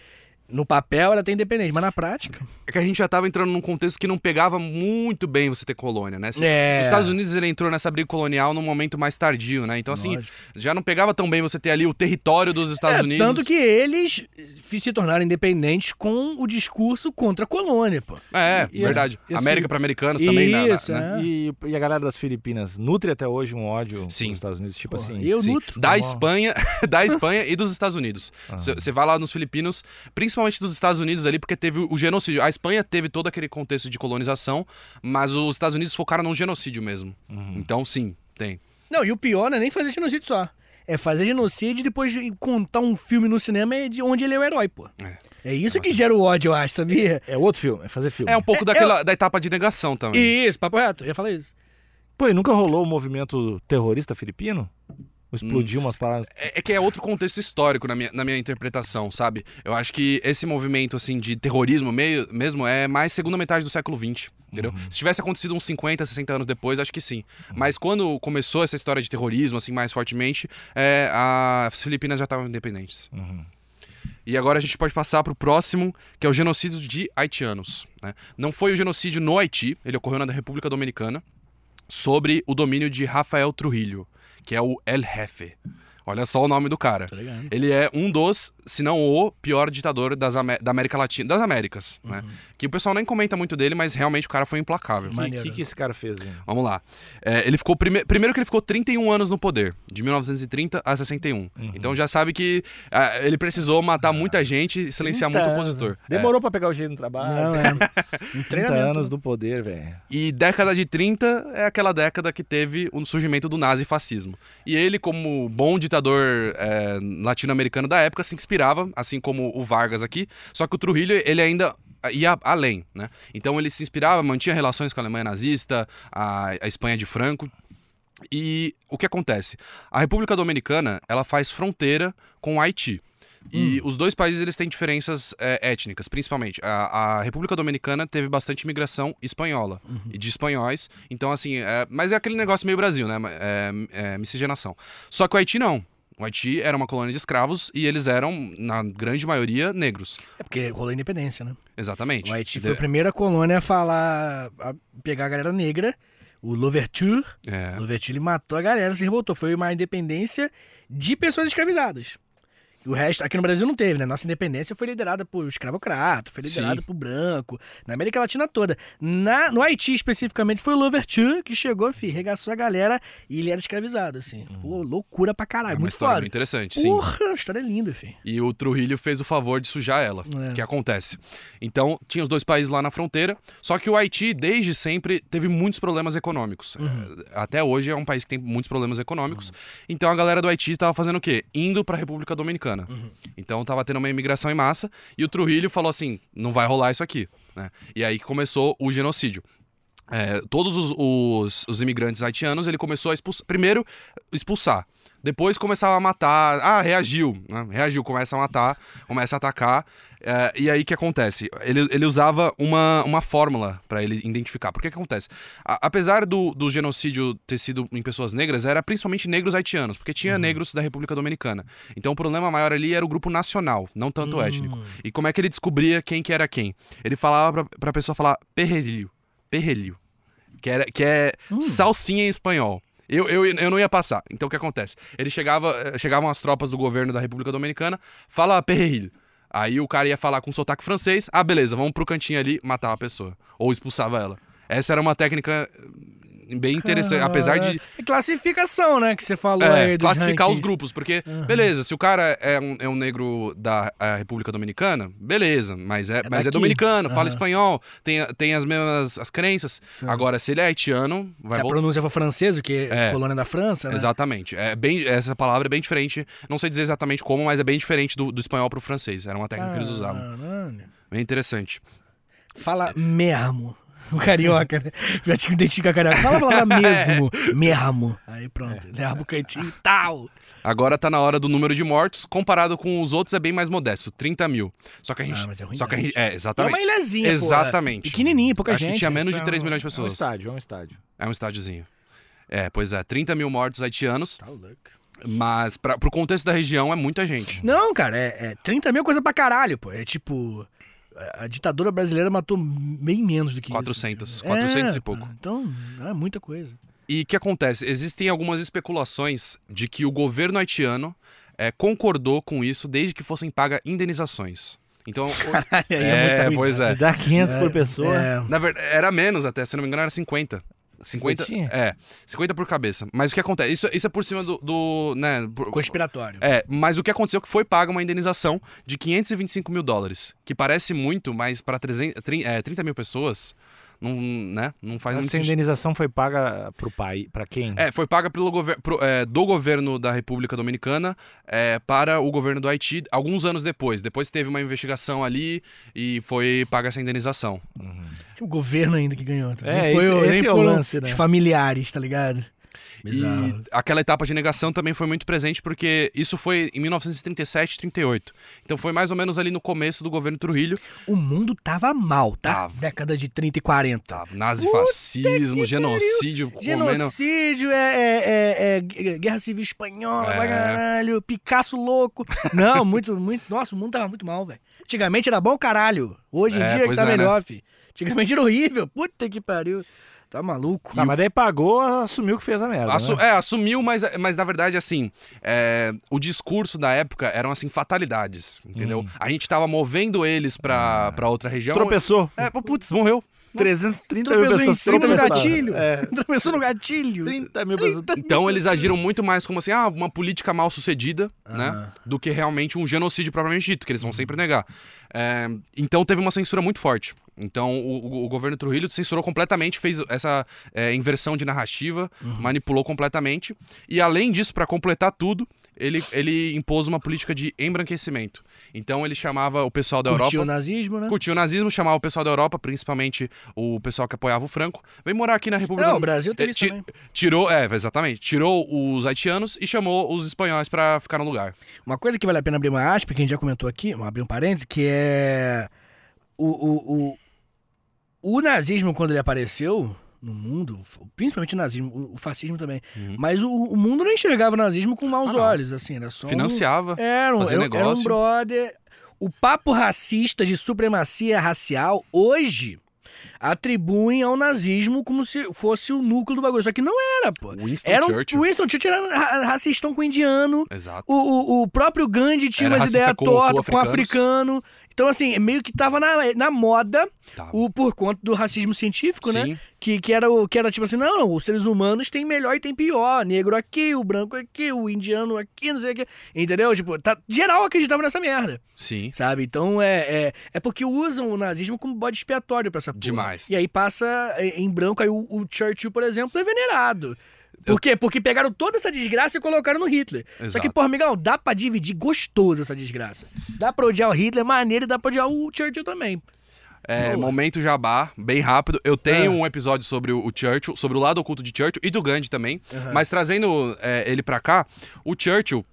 B: no papel ela tem independente, mas na prática.
C: É que a gente já tava entrando num contexto que não pegava muito bem você ter colônia, né? Se-
B: É.
C: Os Estados Unidos ele entrou nessa briga colonial num momento mais tardio, né? Então, assim,
B: Lógico.
C: já não pegava tão bem você ter ali o território dos Estados
B: É,
C: Unidos.
B: Tanto que eles se tornaram independentes com o discurso contra a colônia, pô.
C: É,
B: Isso,
C: verdade.
B: isso.
C: América para americanos também, né? Na-
B: Isso,
C: né?
B: é.
A: E, e a galera das Filipinas nutre até hoje um ódio dos
C: Sim.
A: Estados Unidos, tipo
B: Porra,
A: assim.
B: eu
C: Sim.
B: nutro. Ah.
C: Da
A: Tá bom.
C: Espanha, da Espanha e dos Estados Unidos. Você vai lá nos Filipinos, principalmente dos Estados Unidos ali, porque teve o genocídio. A Espanha teve todo aquele contexto de colonização, mas os Estados Unidos focaram no genocídio mesmo.
B: Uhum.
C: Então, sim, tem.
B: Não, e o pior não é nem fazer genocídio só. É fazer genocídio e depois de contar um filme no cinema é de onde ele é o herói, pô.
C: É.
B: É isso que gera o ódio, eu acho, sabia?
A: É outro filme, é fazer filme.
C: É um pouco
B: É,
C: daquela, da etapa de negação também.
B: Isso, papo reto, eu ia falar isso.
A: Pô, e nunca rolou o movimento terrorista filipino? Explodiu umas paradas.
C: É é que é outro contexto histórico na minha, na minha interpretação, sabe? Eu acho que esse movimento, assim, de terrorismo meio, mesmo é mais segunda metade do século XX, entendeu? Se tivesse acontecido uns 50, 60 anos depois, acho que sim. Mas quando começou essa história de terrorismo, assim, mais fortemente, é, a- as Filipinas já estavam independentes. E E agora a gente pode passar para o próximo, que é o genocídio de haitianos. né? Não foi o genocídio no Haiti, ele ocorreu na República Dominicana, sobre o domínio de Rafael Trujillo, que é o El Jefe. Olha só o nome do cara.
A: Tá ligado?
C: Ele é um dos, se não o pior ditador das Amé- da América Latina, das Américas, né? Que o pessoal nem comenta muito dele, mas realmente o cara foi implacável.
A: O que,
B: Maneiro.
A: que, que esse cara fez? hein?
C: Vamos lá. É, ele ficou prime- primeiro que ele ficou 31 anos no poder, de 1930 a 61. Então já sabe que ah, ele precisou matar muita gente e silenciar
A: 30
C: muito
A: anos.
C: opositor. É.
A: Demorou pra pegar o jeito no trabalho.
C: Tá
B: Não,
A: Não, né?
B: é. Um
A: 30
B: treinamento.
A: anos do poder, velho.
C: E década de 30 é aquela década que teve o surgimento do nazifascismo. E ele, como bom ditador é, latino-americano da época, se inspirava, assim como o Vargas aqui, só que o Trujillo, ele ainda ia além, né? Então ele se inspirava, mantinha relações com a Alemanha nazista, a, a Espanha de Franco. E o que acontece? A República Dominicana, ela faz fronteira com o Haiti.
B: Hum.
C: E os dois países eles têm diferenças é, étnicas, principalmente. A, a República Dominicana teve bastante imigração espanhola
B: Uhum.
C: e de espanhóis. Então, assim, é- mas é aquele negócio meio Brasil, né? É- é miscigenação. Só que o Haiti não. O Haiti era uma colônia de escravos e eles eram, na grande maioria, negros.
B: É porque rolou a independência, né?
C: Exatamente.
B: O Haiti
C: De-
B: foi a primeira colônia a falar. a pegar a galera negra. O Louverture.
C: É.
B: Louverture ele matou a galera, se revoltou. Foi uma independência de pessoas escravizadas. E O resto, aqui no Brasil não teve, né? Nossa independência foi liderada por escravocrata, foi liderada
C: Sim.
B: por branco, na América Latina toda. Na, no Haiti, especificamente, foi o Louverture que chegou, fi, regaçou a galera e ele era escravizado, assim. Pô, loucura pra
C: Uhum. É
B: caralho,
C: uma
B: muito
C: história
B: foda.
C: bem interessante, sim.
B: Porra, a história é linda, fi.
C: E o Trujillo fez o favor de sujar ela,
B: É.
C: que acontece. Então, tinha os dois países lá na fronteira, só que o Haiti, desde sempre, teve muitos problemas econômicos. Eh, Até hoje é um país que tem muitos problemas econômicos. Então, a galera do Haiti tava fazendo o quê? Indo pra República Dominicana. Então, tava tendo uma imigração em massa, e o Trujillo falou assim, não vai rolar isso aqui. né? E aí que começou o genocídio. É, todos os, os- os imigrantes haitianos, ele começou a expulsar. Primeiro, expulsar. Depois começava a matar. Ah, reagiu. né? Reagiu, começa a matar, começa a atacar. É, e aí o que acontece? Ele, ele usava uma, uma fórmula para ele identificar. Por que que acontece? A- apesar do, do genocídio ter sido em pessoas negras, era principalmente negros haitianos, porque tinha negros da República Dominicana. Então o problema maior ali era o grupo nacional, não tanto étnico. E como é que ele descobria quem que era quem? Ele falava pra, pra pessoa falar perrelio. Perrelio que, era, que é salsinha em espanhol. Eu, eu, eu não ia passar. Então o que acontece? Ele chegava, eh, chegavam as tropas do governo da República Dominicana, fala perril. Aí o cara ia falar com sotaque francês, ah, beleza, vamos pro cantinho ali, matar a pessoa. Ou expulsava ela. Essa era uma técnica eh, bem interessante, apesar de
B: É classificação, né? Que você falou
C: é,
B: aí. dos
C: classificar os
B: rankings.
C: grupos, porque, beleza, se o cara é um, é um negro da eh, República Dominicana, beleza, mas é, mas é
B: daqui.
C: dominicano, fala
B: Aham.
C: espanhol, tem, tem as mesmas as crenças. Agora, se ele é haitiano, vai
B: Se a
C: voltar.
B: pronúncia for francesa, o que é
C: É.
B: colônia da França, né?
C: Exatamente. É bem, essa palavra é bem diferente. Não sei dizer exatamente como, mas é bem diferente do, do espanhol pro francês. Era uma técnica
B: Ah,
C: que eles usavam.
B: Caralho.
C: Bem interessante.
B: Fala mesmo. O carioca, né? Já tinha que identificar carioca. Fala a palavra mesmo. Mesmo. Aí pronto. Leva o cantinho e tal.
C: Agora tá na hora do número de mortos. Comparado com os outros, é bem mais modesto 30 mil. Só que a gente.
B: Ah, mas é ruim
C: só que a
B: mesmo.
C: gente. É,
B: É
C: exatamente.
B: uma ilhazinha, pô.
C: Exatamente.
B: Pequenininha, pouca
C: Acho
B: gente.
C: que tinha menos de
A: Isso é
C: 3
A: um-
C: milhões de
A: É um
B: tá,
C: pessoas.
A: estádio, é um estádio.
C: É um estádiozinho. É, pois é, 30 mil mortos haitianos,
B: Tá louco.
C: mas pra, pro contexto da região é muita gente.
B: Não, cara, é, é 30 mil é coisa pra caralho, pô. É tipo... A a ditadura brasileira matou bem menos do que
C: 400,
B: isso.
C: 400 e pouco.
B: pô, Então, é muita coisa.
C: E o que acontece? Existem algumas especulações de que o governo haitiano eh, concordou com isso desde que fossem pagas indenizações. Então, o-
B: Aí
C: é,
B: muita
C: pois é.
A: Dá 500 por pessoa.
B: É,
C: Na verdade, era menos até, se não me engano, era 50. 50,
A: Cinquentinha?
C: é, 50 por cabeça. Mas o que acontece? Isso, isso é por cima do, do, né, por-
B: conspiratório.
C: é, mas o que aconteceu é que foi paga uma indenização de 525 mil dólares, que parece muito, mas para 300 tri- eh, 30 mil pessoas, não, né, não faz muito
A: Essa
C: sentido.
A: indenização foi paga pro pai, pra quem?
C: É, foi paga pelo gover- pro- é, do governo da República Dominicana é, para o governo do Haiti alguns anos depois. Depois teve uma investigação ali e foi paga essa indenização.
B: Tinha o governo ainda que ganhou. tá?
A: É,
B: Nem
A: esse-
B: o- nem
A: esse é o
B: foram
A: lance, né?
B: Os familiares, tá ligado? Bizarro.
C: E aquela etapa de negação também foi muito presente, porque isso foi em 1937, 38. Então foi mais ou menos ali no começo do governo Trujillo.
B: O mundo tava mal, tá?
C: Tava.
B: Década de 30 e 40.
C: Nazifascismo, genocídio, comendo-
B: Genocídio, é, é- é- é guerra civil espanhola,
C: É.
B: pra caralho, Picasso louco. Não, muito, muito. Nossa, o mundo tava muito mal, velho. Antigamente era bom caralho. Hoje em
C: É,
B: dia que
C: pois
B: tá
C: é, né?
B: melhor, fi. Antigamente era horrível. Puta que pariu. Tá maluco.
A: Tá, mas daí pagou, assumiu que fez a merda.
C: Assu-
A: né?
C: É, assumiu, mas, mas na verdade, assim, é, o discurso da época eram, assim, fatalidades, entendeu? A gente tava movendo eles pra, pra outra região.
A: Tropeçou.
C: É, pô, putz, morreu.
A: 330 mil
B: Tropeçou
A: pessoas
B: em cima do
A: tropeçaram.
B: gatilho.
A: É,
B: Tropeçou no gatilho.
A: 30 mil pessoas.
C: Então eles agiram muito mais como assim, ah, uma política mal sucedida,
B: Ah.
C: né? Do que realmente um genocídio propriamente dito, que eles vão sempre negar. É, então teve uma censura muito forte. Então o, o- o governo Trujillo censurou completamente, fez essa é, inversão de narrativa,
B: Uhum.
C: manipulou completamente. E além disso, para completar tudo, ele, ele impôs uma política de embranquecimento. Então ele chamava o pessoal da
B: Curtiu o
C: Europa.
B: nazismo, né?
C: Curtiu o nazismo, chamava o pessoal da Europa, principalmente o pessoal que apoiava o Franco. Vem morar aqui na República
B: Não, o
C: do-
B: Brasil
C: é,
B: teve isso
C: ti-
B: também.
C: Tirou, é, exatamente. Tirou os haitianos e chamou os espanhóis pra ficar no lugar.
B: Uma coisa que vale a pena abrir uma aspa, que a gente já comentou aqui, vamos abrir um parênteses, que é. O, o, o, o nazismo, quando ele apareceu no mundo, f- principalmente o nazismo, o- o fascismo também,
C: Uhum.
B: mas o, o mundo não enxergava o nazismo com maus
C: Ah, não.
B: olhos, assim, era só. um-
C: Financiava.
B: Era um,
C: fazia
B: era, um- era um
C: negócio.
B: brother. O papo racista de supremacia racial, hoje, atribuem ao nazismo como se fosse o núcleo do bagulho. Só que não era, pô.
C: Winston
B: Era um,
C: Churchill.
B: Winston Churchill era ra- racistão com indiano.
C: Exato.
B: O, o- o próprio Gandhi tinha
C: Era
B: umas
C: racista
B: ideias
C: com
B: tortas com o
C: sul-africanos.
B: africano. Então, assim, meio que tava na, na moda
C: Tá.
B: o por conta do racismo científico, né?
C: Sim.
B: Que, que, era, o- que era tipo assim, não, não, os seres humanos têm melhor e tem pior. Negro aqui, o branco aqui, o indiano aqui, não sei o que. Entendeu? Tipo, tá, geral acreditava nessa merda,
C: Sim.
B: sabe? Então é, é, é porque usam o nazismo como bode expiatório pra essa porra.
C: Demais.
B: E aí passa é, em em branco, aí o, o Churchill, por exemplo, é venerado. Por quê? Porque pegaram toda essa desgraça e colocaram no Hitler. Só que,
C: Exato.
B: porra, Miguel, dá pra dividir gostoso essa desgraça. Dá pra odiar o Hitler maneiro e dá pra odiar o Churchill também.
C: É,
B: Boa.
C: momento jabá, bem rápido. Eu tenho
B: Ah.
C: um episódio sobre o o Churchill, sobre o lado oculto de Churchill e do Gandhi também. Mas trazendo é, ele pra cá, o Churchill.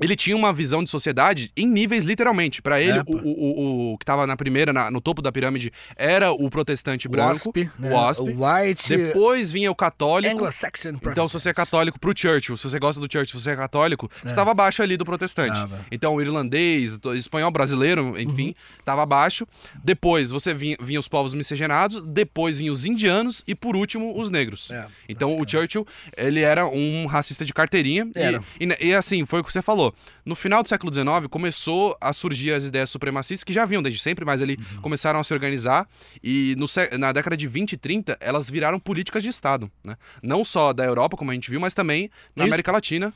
C: Ele tinha uma visão de sociedade em níveis, literalmente. Pra ele,
B: É,
C: o,
B: pô.
C: o, o- o que tava na primeira, na- no topo da pirâmide, era o protestante
B: o
C: branco.
B: Wasp, né?
C: o Wasp.
B: O White,
C: Depois vinha o católico.
B: Anglo-Saxon.
C: Então, se você é católico pro Churchill, se você gosta do Churchill, se você é católico, você estava abaixo ali do protestante.
B: Tava.
C: Então, o irlandês, o espanhol, brasileiro, enfim, estava abaixo. Depois, você vinha, vinha os povos miscigenados, depois vinha os indianos e, por último, os negros.
B: É,
C: então, o Churchill, ele era um racista de carteirinha. E-
B: Era.
C: E, ne- e, assim, foi o que você falou. No final do século XIX, começou a surgir as ideias supremacistas, que já vinham desde sempre, mas ali
B: Uhum.
C: começaram a se organizar. E no sé- na década de 20 e 30, elas viraram políticas de Estado, né? Não só da Europa, como a gente viu, mas também na
B: Isso.
C: América Latina.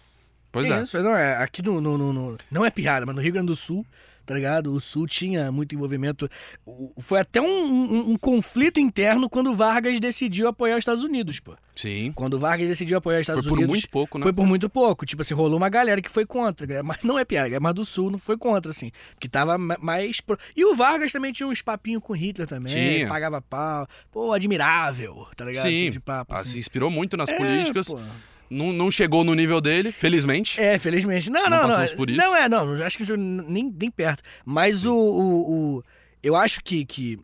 C: Pois é.
B: É isso, não, é, aqui no, no- no- no- Não é piada, mas no Rio Grande do Sul, tá ligado? O Sul tinha muito envolvimento. O- Foi até um, um- um conflito interno quando Vargas decidiu apoiar os Estados Unidos, pô.
C: Sim.
B: Quando Vargas decidiu apoiar os
C: Foi
B: Estados
C: por
B: Unidos.
C: muito pouco, né?
B: Foi por muito pouco. Tipo assim, rolou uma galera que foi contra. galera, Mas não é piada, é mais do sul, não foi contra, assim. Que tava ma- mais. pro- E o Vargas também tinha uns papinhos com Hitler também.
C: Tinha.
B: Pagava pau. Pô, admirável, tá ligado?
C: Sim,
B: Esse tipo de papo,
C: Ah,
B: assim.
C: se inspirou muito nas
B: É,
C: políticas.
B: pô.
C: Não, não chegou no nível dele, felizmente.
B: É, felizmente. Não,
C: Não
B: não, não.
C: passamos por isso.
B: Não é, não. Acho que nem, nem perto. Mas o, o- o- Eu acho que, que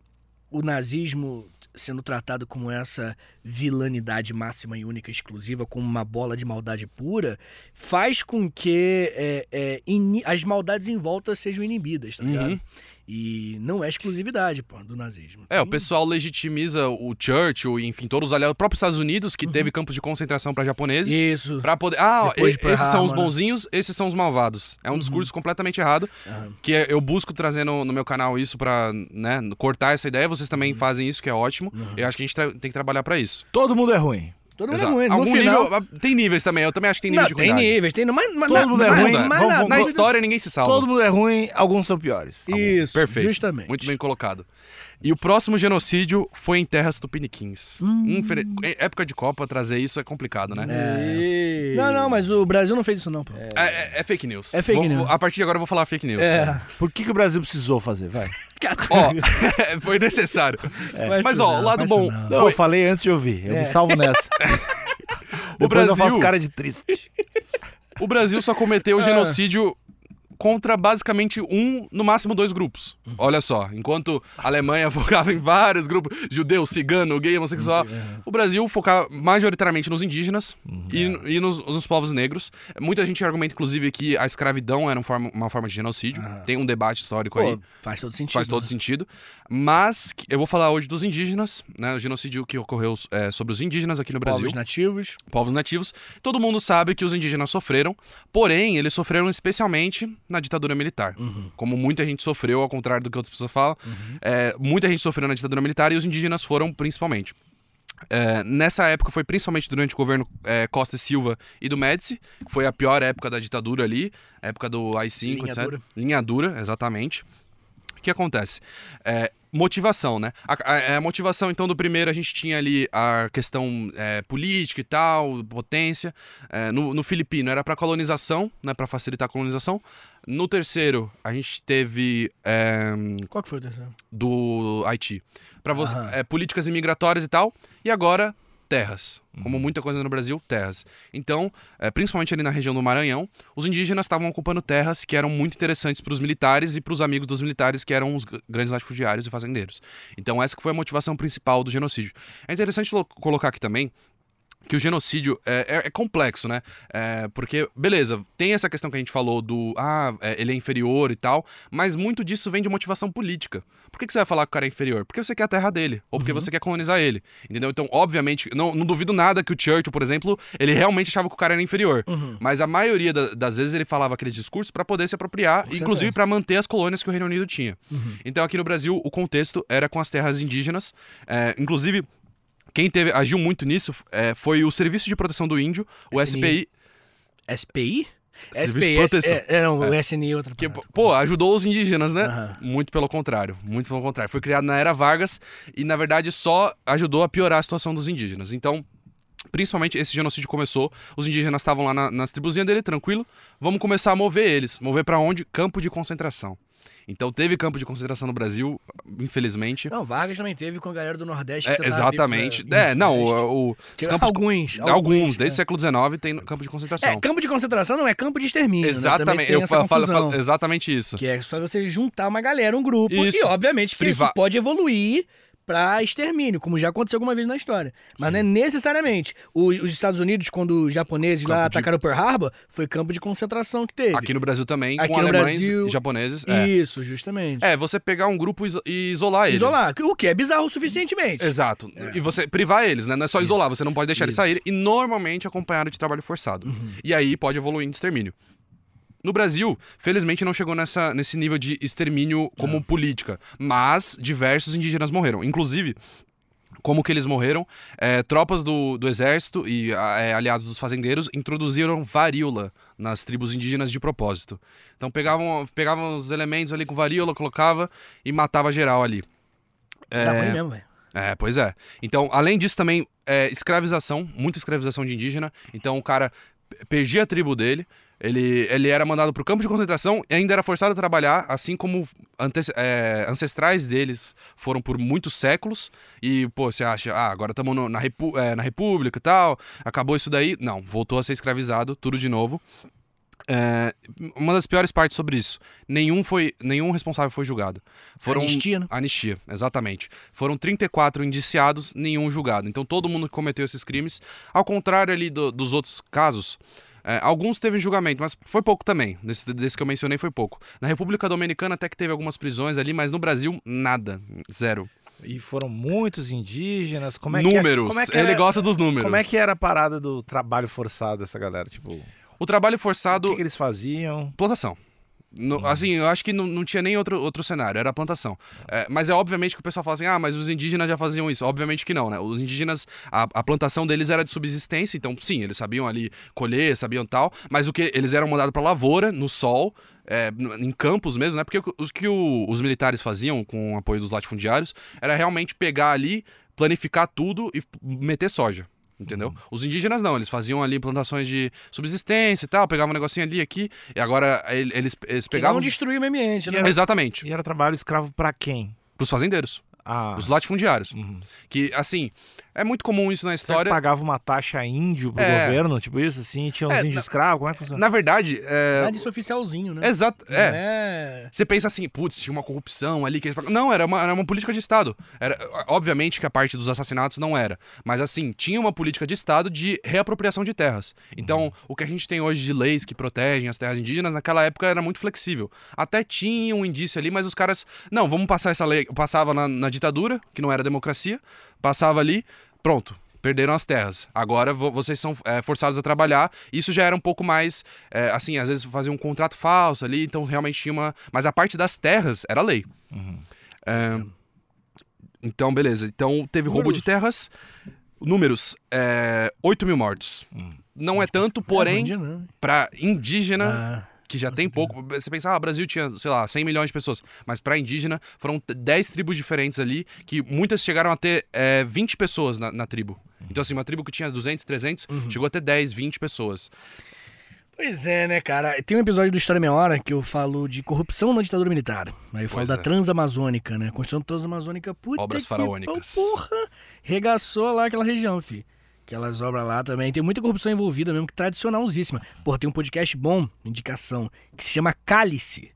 B: o nazismo sendo tratado como essa vilanidade máxima e única, exclusiva, como uma bola de maldade pura, faz com que é, é, ini- as maldades em volta sejam inibidas, tá ligado?
C: Uhum.
B: E não é exclusividade, pô, do nazismo.
C: É, o
B: Tem-
C: pessoal legitimiza o Churchill, e, enfim, todos os aliados, o próprio Estados Unidos,
B: Uhum.
C: que teve campos de concentração para japoneses.
B: Isso.
C: Pra poder. Ah, ó,
B: Depois
C: e-
B: de Pearl
C: esses são os
B: Harbor, né? Uhum.
C: bonzinhos, esses são os malvados. É um discurso completamente errado.
B: Aham.
C: Que é- eu busco trazer no, no meu canal isso pra né, cortar essa ideia. Vocês também
B: Uhum.
C: fazem isso, que é ótimo. Eu acho que a gente tra- tem que trabalhar pra isso.
A: Todo mundo é ruim.
B: Todo mundo
C: Exato.
B: Uhum. é ruim. No
C: Algum
B: final...
C: nível. ah, Tem níveis também. Eu também acho que tem níveis
B: Não,
C: de
B: tem
C: ruindade.
B: níveis, tem... Mas, mas,
A: Todo mundo é
B: mas-
A: ruim,
B: mas-
A: né?
B: mas
A: Vamos-
B: na-
A: vamos-
C: Na
B: na-
C: história ninguém se salva.
A: Todo mundo é ruim, alguns são piores.
B: Isso,
C: Tá Perfeito.
B: justamente.
C: Muito bem colocado. E o próximo genocídio foi em terras tupiniquins.
B: Hum.
C: Infel- em Época de Copa, trazer isso é complicado, né?
B: É. Não, não, mas o Brasil não fez isso não, pô.
C: É, é- é fake news.
B: É fake
C: Vou-
B: news.
C: A partir de agora eu vou falar fake news.
B: É.
A: Por que, que o Brasil precisou fazer? Vai.
C: Ó, foi necessário.
B: Vai
C: Mas
B: isso
C: ó,
B: não,
C: o lado
B: vai isso
C: bom.
B: não.
A: Não, eu falei antes de ouvir. Eu
B: É.
A: me salvo nessa.
C: O
A: Depois eu
C: Brasil,
A: faço cara de triste.
C: o Brasil só
B: É.
C: cometeu o genocídio contra basicamente um, no máximo dois grupos.
B: Uhum.
C: Olha só, enquanto a Alemanha focava em vários grupos, judeu, cigano, gay, homossexual,
B: Uhum.
C: o Brasil focava majoritariamente nos indígenas
B: É.
C: e, e nos, nos povos negros. Muita gente argumenta, inclusive, que a escravidão era uma forma, uma forma de genocídio. Tem um debate histórico aí.
B: Ah. Pô, faz todo sentido.
C: Faz todo
B: né?
C: sentido. Mas que- eu vou falar hoje dos indígenas, né? O genocídio que ocorreu é, sobre os indígenas aqui no Brasil,
B: Povos nativos.
C: povos nativos. Todo mundo sabe que os indígenas sofreram, porém, eles sofreram especialmente na ditadura militar.
B: Uhum.
C: Como muita gente sofreu, ao contrário do que outras pessoas falam, é, muita gente sofreu na ditadura militar e os indígenas foram principalmente. É, nessa época foi principalmente durante o governo é, Costa e Silva e do Médici, que foi a pior época da ditadura ali, época do AI-5,
B: Linha
C: etc.
B: dura.
C: Linha dura, exatamente. O que acontece? É, motivação, né? A, a- a motivação, então, do primeiro, a gente tinha ali a questão é, política e tal, potência. É, no, no filipino era para colonização, né? Para facilitar a colonização. No terceiro, a gente teve é,
B: Qual que foi o terceiro?
C: do Haiti. Para você,
B: Aham.
C: é, políticas imigratórias e tal. E agora, terras. Como muita coisa no Brasil, terras. Então, é, principalmente ali na região do Maranhão, os indígenas estavam ocupando terras que eram muito interessantes para os militares e para os amigos dos militares, que eram os gr- grandes latifundiários e fazendeiros. Então, essa que foi a motivação principal do genocídio. É interessante lo- colocar aqui também que o genocídio é, é- é complexo, né? É, porque, beleza, tem essa questão que a gente falou do ah, é, ele é inferior e tal, mas muito disso vem de motivação política. Por que, que você vai falar que o cara é inferior? Porque você quer a terra dele, ou porque você quer colonizar ele. Entendeu? Então, obviamente, não, não duvido nada que o Churchill, por exemplo, ele realmente achava que o cara era inferior. Mas a maioria da- das vezes ele falava aqueles discursos pra poder se apropriar, inclusive pra manter as colônias que o Reino Unido tinha. Então, aqui no Brasil, o contexto era com as terras indígenas. é, inclusive, quem teve, agiu muito nisso é, foi o Serviço de Proteção do Índio, o SPI,
B: SNI. SPI?
C: Serviço
B: SPI.
C: de proteção.
B: É, é, não, o SNI é outra
C: que,
B: parada.
C: pô, ajudou os indígenas, né?
B: Aham.
C: Muito pelo contrário, muito pelo contrário. Foi criado na era Vargas e, na verdade, só ajudou a piorar a situação dos indígenas. Então, principalmente, esse genocídio começou, os indígenas estavam lá na- nas tribuzinhas dele, tranquilo, vamos começar a mover eles. Mover pra onde? Campo de concentração. Então, teve campo de concentração no Brasil, infelizmente.
B: Não, Vargas também teve com a galera do Nordeste.
C: É,
B: que tentava vir pra-
C: exatamente.
B: isso,
C: É, não,
B: Nordeste.
C: o, o-
B: Que-
C: os campos...
B: alguns,
C: Alguns,
B: alguns,
C: desde o
B: né?
C: século XIX tem campo de concentração.
B: É, campo de concentração não é campo de extermínio. né? Também
C: Exatamente,
B: tem
C: eu
B: essa
C: fa- falo,
B: confusão.
C: falo- exatamente isso.
B: Que é só você juntar uma galera, um grupo, e
C: Isso.
B: obviamente que
C: Priva-
B: isso pode evoluir pra extermínio, como já aconteceu alguma vez na história. Mas não é necessariamente. O- os Estados Unidos, quando os japoneses lá
C: Campo de-
B: atacaram Pearl Harbor, foi campo de concentração que teve.
C: Aqui no Brasil também,
B: Aqui
C: com
B: no
C: alemães
B: Brasil,
C: e japoneses. É.
B: Isso, justamente.
C: É, você pegar um grupo iso- e isolar ele.
B: Isolar, o que é bizarro suficientemente.
C: Exato. E você privar eles, né? Não é só isolar, você não pode deixar
B: Isso.
C: eles saírem. E normalmente acompanhado de trabalho forçado. E aí pode evoluir em extermínio. No Brasil, felizmente não chegou nessa, nesse nível de extermínio como política, mas diversos indígenas morreram. Inclusive, como que eles morreram, é, tropas do, do exército e a- é, aliados dos fazendeiros introduziram varíola nas tribos indígenas de propósito. Então pegavam, pegavam os elementos ali com varíola, colocava e matava geral ali.
B: Dá ruim mesmo, velho.
C: É, pois é. Então, além disso, também é, escravização, muita escravização de indígena. Então, o cara p- perdia a tribo dele, ele, ele era mandado pro campo de concentração e ainda era forçado a trabalhar, assim como ante- é, ancestrais deles foram por muitos séculos. E, pô, você acha, ah, agora estamos na, repu- é, na República e tal, acabou isso daí. Não, voltou a ser escravizado, tudo de novo. É, uma das piores partes sobre isso, nenhum foi nenhum responsável foi julgado. Foram
B: Anistia, né?
C: Anistia, exatamente. Foram 34 indiciados, nenhum julgado. Então todo mundo que cometeu esses crimes, ao contrário ali do- dos outros casos, é, alguns teve julgamento, mas foi pouco também. Desse, desse que eu mencionei foi pouco. Na República Dominicana até que teve algumas prisões ali, mas no Brasil nada, zero.
A: E foram muitos indígenas. Como é
C: números.
A: Que é, como é que
C: Ele
A: era-
C: gosta dos números.
A: Como é que era a parada do trabalho forçado dessa galera? Tipo,
C: O trabalho
A: o
C: forçado
A: que, Uhum. que eles faziam?
C: plantação. No- assim, eu acho que não, não tinha nem outro, outro cenário, era plantação. É, mas é obviamente que o pessoal fala assim: ah, mas os indígenas já faziam isso. Obviamente que não, né? Os indígenas, a, a plantação deles era de subsistência, então sim, eles sabiam ali colher, sabiam tal, mas o que eles eram mandados pra lavoura, no sol, é, n- em campos mesmo, né? Porque o- os que o- os militares faziam com o apoio dos latifundiários era realmente pegar ali, planificar tudo e p- meter soja. Entendeu? Os indígenas não, eles faziam ali plantações de subsistência e tal, pegavam um negocinho ali aqui, e agora ele- eles, eles
B: Que
C: pegavam. É.
B: não destruir o meio ambiente, né?
C: Exatamente,
A: E era trabalho escravo pra quem?
C: pros fazendeiros.
A: Ah,
C: Os latifundiários.
A: uhum.
C: Que, assim, é muito comum isso
A: Será
C: na
A: que
C: história.
A: pagava uma taxa índio pro
C: É.
A: governo, tipo isso, assim, tinha uns
C: É,
A: índios
C: na-
A: escravos, como é que funciona?
C: Na verdade, é.
B: Nada disso oficialzinho, né?
C: Exato.
B: Não
C: é.
B: é.
C: Você pensa assim, putz, tinha uma corrupção ali que eles... pagavam. Não, era uma, era uma política de Estado. Era, obviamente que a parte dos assassinatos não era. Mas assim, tinha uma política de Estado de reapropriação de terras. Então, o que a gente tem hoje de leis que protegem as terras indígenas, naquela época era muito flexível. Até tinha um indício ali, mas os caras. Não, vamos passar essa lei. Passava na, na ditadura, que não era democracia, passava ali, pronto. Perderam as terras. Agora vo- vocês são é, forçados a trabalhar. Isso já era um pouco mais é, assim, às vezes fazia um contrato falso ali, então realmente tinha uma. Mas a parte das terras era lei. É, Então, beleza. Então teve roubo de
B: Números.
C: terras. Números: é, 8 mil mortos. Não é tanto,
B: É,
C: porém, é.
B: bandido, né?
C: pra indígena,
B: Ah,
C: que já tem pouco. Você pensa, ah, Brasil tinha, sei lá, 100 milhões de pessoas. Mas pra indígena, foram t- 10 tribos diferentes ali, que muitas chegaram a ter é, 20 pessoas na, na tribo. Então, assim, uma tribo que tinha 200, 300, chegou a ter 10, 20 pessoas.
B: Pois é, né, cara? Tem um episódio do História Meia Hora que eu falo de corrupção na ditadura militar. Aí eu falo
C: Pois
B: da
C: é.
B: Transamazônica, né? Construção Transamazônica, puta
C: Obras
B: que
C: faraônicas.
B: pau, Porra! Regaçou lá aquela região, fi. Aquelas obras lá também. Tem muita corrupção envolvida mesmo, que é tradicionalzíssima. Porra, tem um podcast bom, indicação, que se chama Cálice.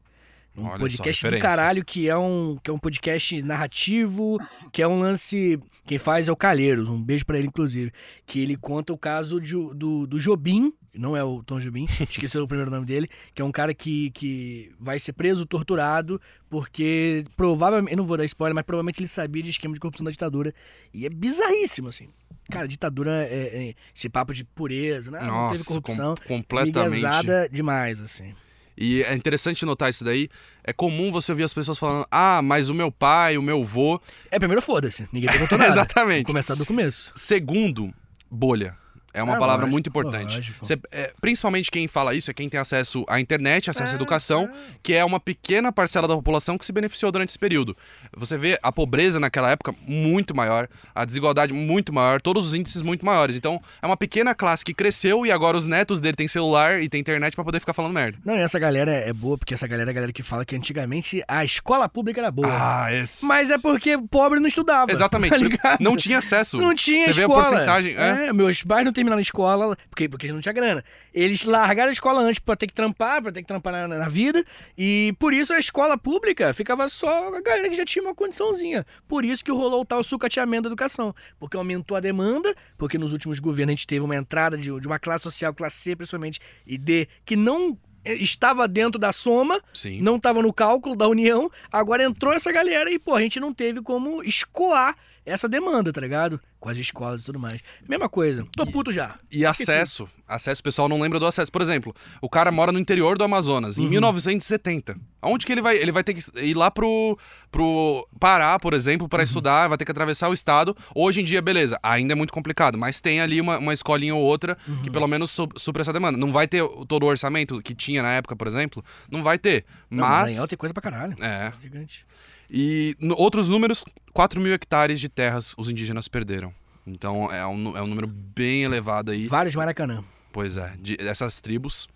B: Um
C: Olha só,
B: podcast do
C: referência.
B: caralho que é, um, que é um podcast narrativo, que é um lance. Quem faz é o Calheiros, um beijo pra ele, inclusive. Que ele conta o caso de o- do, do Jobim, não é o Tom Jobim, esqueci o primeiro nome dele, que é um cara que, que vai ser preso, torturado, porque provavelmente. Eu não vou dar spoiler, mas provavelmente ele sabia de esquema de corrupção da ditadura. E é bizarríssimo, assim. Cara, ditadura é, é esse papo de pureza, né? Ah, não teve
C: Nossa, com-
B: corrupção.
C: completamente.
B: Miguezada demais, assim.
C: E é interessante notar isso daí. É comum você ouvir as pessoas falando: ah, mas o meu pai, o meu vô.
B: É, primeiro foda-se. Ninguém perguntou nada. Vamos
C: Exatamente.
B: começar do começo.
C: Segundo, bolha. É uma
B: É,
C: palavra
B: lógico,
C: muito importante.
B: lógico.
C: Você- é, principalmente quem fala isso é quem tem acesso à internet,
B: É,
C: acesso à educação, que é uma pequena parcela da população que se beneficiou durante esse período. Você vê a pobreza naquela época muito maior, a desigualdade muito maior, todos os índices muito maiores. Então, é uma pequena classe que cresceu e agora os netos dele têm celular e têm internet pra poder ficar falando merda.
B: Não, e essa galera é boa, porque essa galera é a galera que fala que antigamente a escola pública era boa.
C: Ah, esse...
B: Mas é porque pobre não estudava.
C: Exatamente.
B: tá ligado?
C: não tinha acesso.
B: Não tinha
C: Você
B: escola.
C: vê a porcentagem. É.
B: É, meus pais não terminaram a escola, porque, porque eles não tinha grana. Eles largaram a escola antes pra ter que trampar, pra ter que trampar na, na vida. E por isso a escola pública ficava só a galera que já tinha uma condiçãozinha. Por isso que rolou o tal sucateamento da educação. Porque aumentou a demanda, porque nos últimos governos a gente teve uma entrada de, de uma classe social, classe C principalmente, e D, que não eh, estava dentro da soma,
C: Sim.
B: não estava no cálculo da União, agora entrou essa galera e, pô, a gente não teve como escoar essa demanda, tá ligado? Com as escolas e tudo mais. Mesma coisa. Tô puto já.
C: E acesso. Acesso, o pessoal não lembra do acesso. Por exemplo, o cara mora no interior do Amazonas, em 1970. Aonde que ele vai? Ele vai ter que ir lá pro, pro Pará, por exemplo, para estudar, vai ter que atravessar o estado. Hoje em dia, beleza, ainda é muito complicado, mas tem ali uma, uma escolinha ou outra que pelo menos su supra essa demanda. Não vai ter o- todo o orçamento que tinha na época, por exemplo, não vai ter.
B: Não,
C: Mas.
B: Maranhão tem coisa pra caralho.
C: É.
B: Gigante.
C: E no- outros números, 4 mil hectares de terras os indígenas perderam. Então é um, nu- é um número bem elevado aí.
B: Vários Maracanã.
C: Pois é, de- essas tribos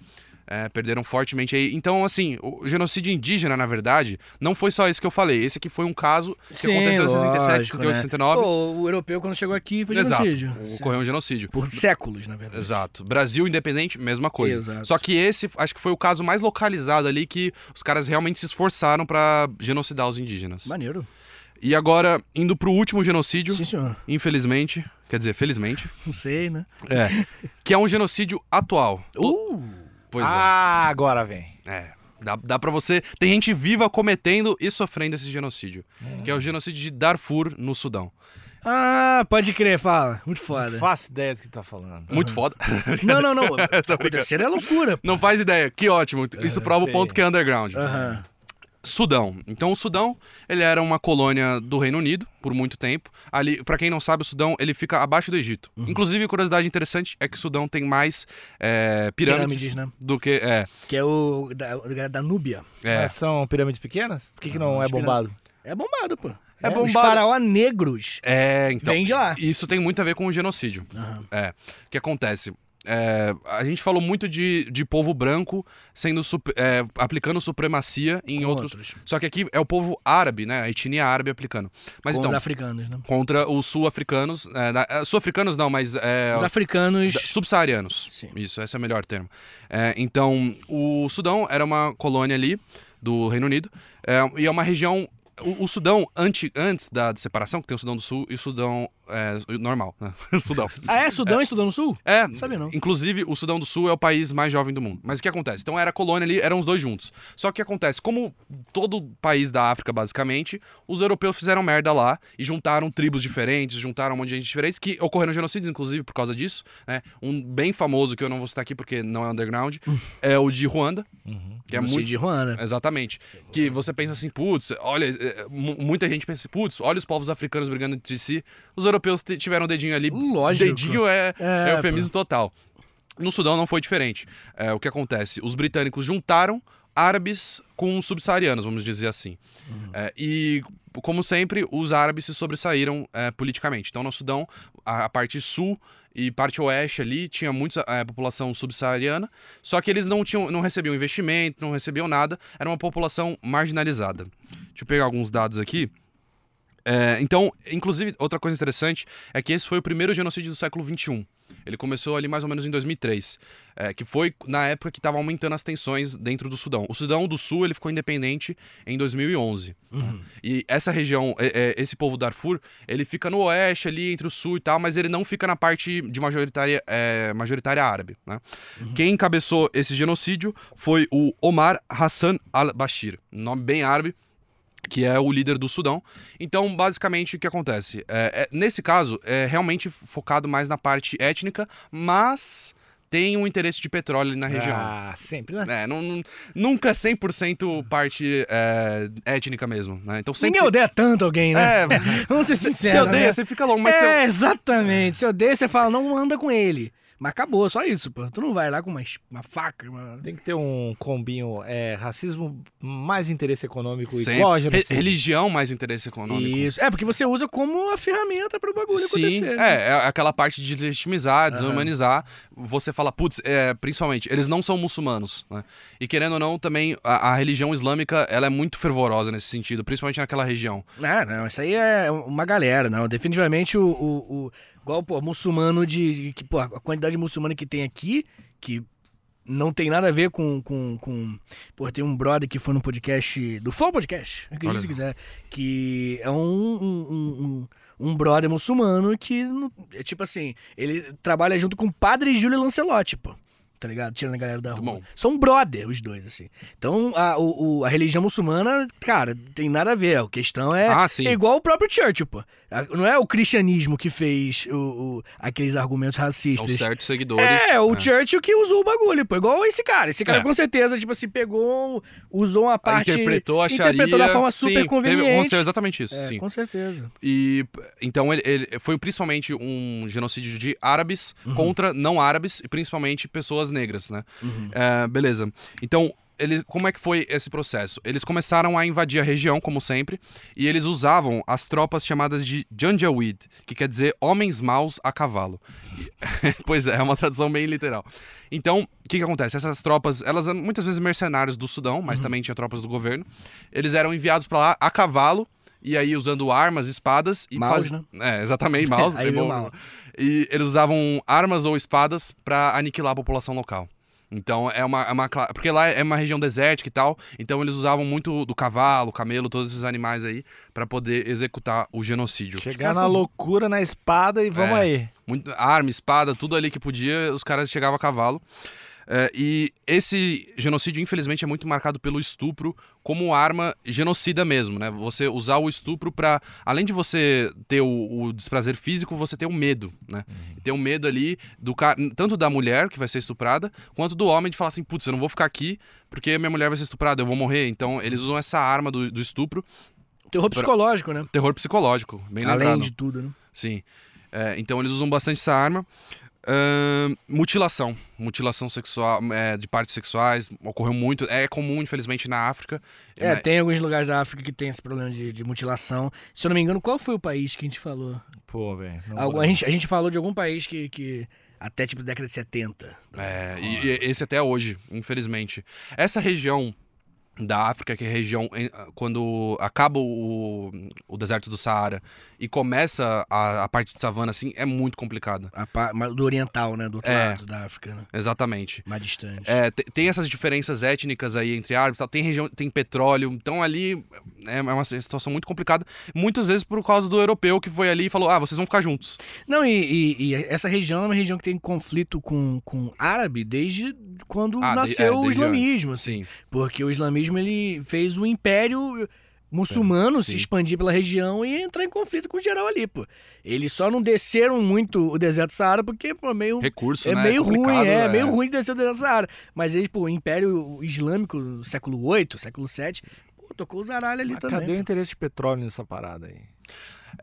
C: é, perderam fortemente aí. Então, assim, o genocídio indígena, na verdade, não foi só isso que eu falei. Esse aqui foi um caso que aconteceu em
B: né?
C: 67, 68, 69.
B: Pô, o europeu, quando chegou aqui, foi
C: Exato,
B: genocídio.
C: ocorreu um genocídio.
B: Por séculos, na verdade.
C: Exato. Brasil independente, mesma coisa.
B: Exato.
C: Só que esse, acho que foi o caso mais localizado ali que os caras realmente se esforçaram pra genocidar os indígenas.
B: Maneiro.
C: E agora, indo pro último genocídio,
B: Sim, senhor.
C: infelizmente, quer dizer, felizmente,
B: Não sei, né?
C: é, que é um genocídio atual. To-
B: Uh!
C: Pois é.
A: ah, agora vem.
C: É. Dá, dá pra você. Tem gente viva cometendo e sofrendo esse genocídio. Que é o genocídio de Darfur, no Sudão.
B: Ah, pode crer, fala. Muito foda.
A: Não faço ideia do que tá falando.
C: Muito foda.
B: Não, não, não. Aconteceram é loucura.
C: Não faz ideia. Que ótimo. Isso prova
A: sei.
C: o ponto que é underground.
B: Aham.
C: Sudão. Então o Sudão, ele era uma colônia do Reino Unido por muito tempo. Ali, para quem não sabe, o Sudão ele fica abaixo do Egito. Inclusive, curiosidade interessante é que o Sudão tem mais é, pirâmides,
B: Pirâmides, né?
C: do que é,
B: Que é o da, o da Núbia.
C: é,
A: Mas são pirâmides pequenas? Por que, que não é
B: pirâmide.
A: bombado?
B: É bombado, pô.
C: É
B: Os
C: bombado.
B: faraó negros
C: é, então
B: vem de lá.
C: Isso tem muito a ver com o genocídio.
B: Aham.
C: É. O que acontece? é, a gente falou muito de, de povo branco sendo sup- é, aplicando supremacia em
B: Com
C: outros. Só que aqui é o povo árabe, né? A etnia árabe aplicando. Mas
B: com
C: então,
B: os africanos, né?
C: contra os sul-africanos. É, na- é, sul-africanos não, mas. É,
B: Os africanos.
C: da- subsaarianos.
B: Sim.
C: Isso, esse é o melhor termo. É, então, o Sudão era uma colônia ali do Reino Unido é, e é uma região. O, o Sudão, anti, antes da separação, que tem o Sudão do Sul e o Sudão é, normal, né? Sudão.
B: Ah, é Sudão e Sudão do Sul?
C: É,
B: Sabe não.
C: inclusive o Sudão do Sul é o país mais jovem do mundo. Mas o que acontece? Então era colônia ali, eram os dois juntos. Só que o que acontece? Como todo país da África, basicamente, os europeus fizeram merda lá e juntaram tribos diferentes, juntaram um monte de gente diferente, que ocorreram genocídios, inclusive, por causa disso. Né? Um bem famoso que eu não vou citar aqui porque não é underground, é o de Ruanda, que é
B: Genocídio
C: muito.
B: de Ruanda.
C: Exatamente. Que você pensa assim, putz, olha, é, mu- muita gente pensa assim, putz, olha os povos africanos brigando entre si. Os europeus t- tiveram o dedinho ali.
B: Lógico.
C: Dedinho é,
B: É,
C: é, eufemismo total. No Sudão não foi diferente. É, o que acontece? Os britânicos juntaram árabes com os subsaarianos, vamos dizer assim. É, e, como sempre, os árabes se sobressaíram é, politicamente. Então, no Sudão, a, a parte sul e parte oeste ali tinha muita é, população subsaariana, só que eles não tinham, não recebiam investimento, não recebiam nada, era uma população marginalizada. Deixa eu pegar alguns dados aqui. É, então, inclusive, outra coisa interessante é que esse foi o primeiro genocídio do século XXI. Ele começou ali mais ou menos em 2003, é, que foi na época que estava aumentando as tensões dentro do Sudão. O Sudão do Sul ele ficou independente em 2011. né? E essa região, é, é, esse povo Darfur, ele fica no oeste ali, entre o sul e tal, mas ele não fica na parte de majoritária, é, majoritária árabe. né? Quem encabeçou esse genocídio foi o Omar Hassan al-Bashir, nome bem árabe, que é o líder do Sudão. Então, basicamente, o que acontece? É, é, nesse caso, é realmente focado mais na parte étnica, mas tem um interesse de petróleo ali na região.
A: Ah, sempre, né?
C: É, não, não- nunca 100% parte é, étnica mesmo, né? Então sempre...
B: Ninguém odeia tanto alguém, né?
C: É,
B: Vamos ser
C: você
B: sinceros.
C: odeia,
B: né?
C: você fica longo, mas você...
B: É, exatamente. Se odeia, você fala, não anda com ele. Mas acabou, só isso, pô. Tu não vai lá com uma, es- uma faca, uma...
A: Tem que ter um combinho. É, racismo mais interesse econômico e assim.
C: Sempre.
A: qual a
C: Re-
A: genocídio?
C: religião mais interesse econômico.
B: Isso. É, porque você usa como a ferramenta pro bagulho
C: Sim,
B: acontecer. né?
C: é, é aquela parte de legitimizar, desumanizar. Você fala, putz, é, principalmente, eles não são muçulmanos, né? E querendo ou não, também a, a religião islâmica, ela é muito fervorosa nesse sentido, principalmente naquela região.
B: Ah, não, isso aí é uma galera, não. Definitivamente o. o, o igual, pô, muçulmano de. Que, pô, a quantidade de muçulmano que tem aqui, que não tem nada a ver com. com, com pô, tem um brother que foi no podcast. Do Flow Podcast, acredite
C: Olha
B: se
C: só.
B: quiser. Que é um. um, um, um- um brother muçulmano que, não- é tipo assim, ele trabalha junto com o padre Júlio Lancelotti, pô. Tá ligado? Tirando a galera da
C: Muito
B: rua.
C: bom.
B: São brother, os dois, assim. Então, a, o- o- a religião muçulmana, cara, tem nada a ver. A questão é
C: ah, sim.
B: é igual o próprio Churchill, pô. A- Não é o cristianismo que fez o, o- aqueles argumentos
C: São
B: racistas.
C: certos seguidores.
B: É, o
C: né?
B: Churchill que usou o bagulho, pô. Igual esse cara. Esse cara
C: É.
B: com certeza, tipo assim, pegou, usou uma parte.
C: Ah, interpretou a Sharia.
B: interpretou da forma super
C: sim, teve-
B: conveniente.
C: aconteceu exatamente isso,
B: É,
C: sim.
B: com certeza.
C: E então ele, ele- foi principalmente um genocídio de árabes
B: Uhum.
C: contra não árabes e principalmente pessoas negras, né? É, beleza. Então ele, como é que foi esse processo? Eles começaram a invadir a região, como sempre, e eles usavam as tropas chamadas de Janjaweed, que quer dizer homens maus a cavalo. E- pois é, é uma tradução bem literal. Então, o que, que acontece? Essas tropas, elas eram muitas vezes mercenários do Sudão, mas
B: Uhum.
C: também tinha tropas do governo. Eles eram enviados pra lá a cavalo, e aí usando armas, espadas e
B: Maus, né?
C: faz- É, exatamente, maus.
B: Aí
C: é
B: veio
C: bom.
B: mal.
C: E eles usavam armas ou espadas pra aniquilar a população local. Então é uma, é uma cla- Porque lá é uma região desértica e tal. Então eles usavam muito do cavalo, camelo, todos esses animais aí pra poder executar o genocídio.
A: Chegar na loucura, na espada e vamos
C: É.
A: aí.
C: Muito- arma, espada, tudo ali que podia, os caras chegavam a cavalo. É, e esse genocídio, infelizmente, é muito marcado pelo estupro como arma genocida mesmo, né? Você usar o estupro pra. Além de você ter o, o desprazer físico, você ter o medo, né? Ter o medo ali do cara, tanto da mulher que vai ser estuprada, quanto do homem de falar assim: putz, eu não vou ficar aqui porque minha mulher vai ser estuprada, eu vou morrer. Então, eles usam essa arma do, do estupro,
B: Terror psicológico, né?
C: terror psicológico, bem
B: Além
C: lembrado.
B: de tudo, né?
C: Sim. É, então eles usam bastante essa arma. Ahn, mutilação. Mutilação sexual, é, de partes sexuais, ocorreu muito. É comum, infelizmente, na África.
B: É,
C: Mas-
B: tem alguns lugares da África que tem esse problema de, de mutilação. Se eu não me engano, qual foi o país que a gente falou?
A: Pô, velho. não
B: Algu-
A: vou
B: a, gente, a gente falou de algum país que, que até tipo década de 70.
C: É, e, e esse até hoje, infelizmente. Essa região da África, que é a região em- quando acaba o, o deserto do Saara e começa a, a parte de savana, assim, é muito complicada.
B: A pa- mas do oriental, né? Do outro
C: É.
B: lado da África, né?
C: Exatamente.
B: Mais distante.
C: É, te- tem essas diferenças étnicas aí entre árabes, e tal, tem região, tem petróleo, então ali é é uma situação muito complicada, muitas vezes por causa do europeu que foi ali e falou: "Ah, vocês vão ficar juntos".
B: Não, e, e- e essa região é uma região que tem conflito com, com árabe desde quando
C: Ah, de-
B: Hum, nasceu
C: é,
B: o
C: desde
B: islamismo, assim.
C: Sim.
B: Porque o islamismo ele fez o império muçulmano se
C: É, sim.
B: expandir pela região e entrar em conflito com geral ali, pô. Eles só não desceram muito o deserto Saara porque, pô, meio
C: Recurso,
B: é
C: né?
B: meio ruim,
C: complicado,
B: é, meio ruim de descer o deserto Saara. Mas eles, pô, o Império Islâmico, no século VIII, século VII, pô, tocou os aralhos ali
A: Mas
B: também.
A: cadê o interesse de petróleo nessa parada aí?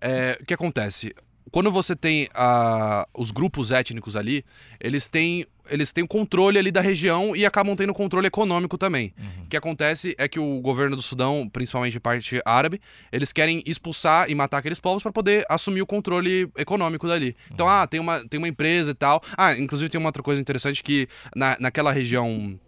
C: É, o que acontece? Quando você tem ah, os grupos étnicos ali, eles têm eles têm controle ali da região e acabam tendo controle econômico também. O que acontece é que o governo do Sudão, principalmente a parte árabe, eles querem expulsar e matar aqueles povos para poder assumir o controle econômico dali. Então, ah, tem uma, tem uma empresa e tal. Ah, inclusive tem uma outra coisa interessante que na, naquela região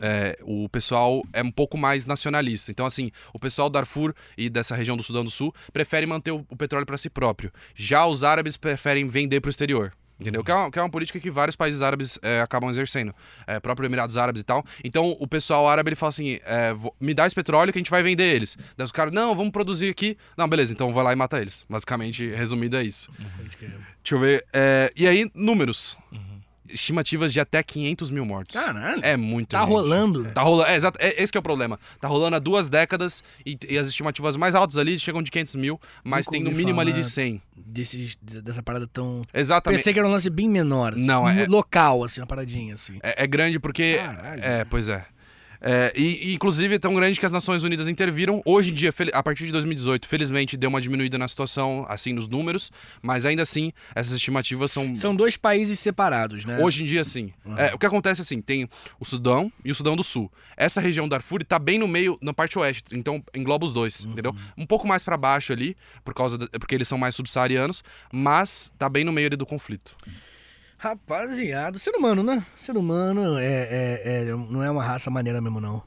C: é, o pessoal é um pouco mais nacionalista. Então, assim, o pessoal do Darfur e dessa região do Sudão do Sul prefere manter o, o petróleo para si próprio. Já os árabes preferem vender para o exterior.
B: Uhum.
C: Entendeu? Que é, uma, que é uma política que vários países árabes é, acabam exercendo. É, próprio Emirados Árabes e tal. Então, o pessoal árabe ele fala assim: é, vo- me dá esse petróleo que a gente vai vender eles. Daí os caras, não, vamos produzir aqui. Não, beleza, então vai lá e mata eles. Basicamente, resumido, é isso. Deixa eu ver. é, e aí, números. Estimativas de até 500 mil mortos.
B: Uhum. Caralho.
C: É muito
B: Tá
C: gente.
B: rolando.
C: Tá rolando, é, exato, é, esse que é o problema. Tá rolando há duas décadas e, e as estimativas mais altas ali chegam de 500 mil, mas
B: Nunca
C: tem no
B: ouvi
C: mínimo ali
B: falar.
C: de 100.
B: Desses- dessa parada tão...
C: Exatamente.
B: Pensei que era um lance bem menor, assim,
C: Não, é-
B: mu- Local, assim, uma paradinha, assim.
C: É, é grande porque...
B: Caralho.
C: É, pois é. É, e, e, inclusive é tão grande que as Nações Unidas interviram. Hoje em dia, fel- a partir de 2018, felizmente deu uma diminuída na situação, assim, nos números, mas ainda assim, essas estimativas são...
B: São dois países separados, né?
C: Hoje em dia, sim. É, o que acontece assim, tem o Sudão e o Sudão do Sul. Essa região do Darfur tá bem no meio, na parte oeste, então engloba os dois,
B: Uhum.
C: entendeu? Um pouco mais pra baixo ali, por causa da- porque eles são mais subsaarianos, mas tá bem no meio ali do conflito.
B: Rapaziada, ser humano, né? Ser humano é, é- é- não é uma raça maneira mesmo, não.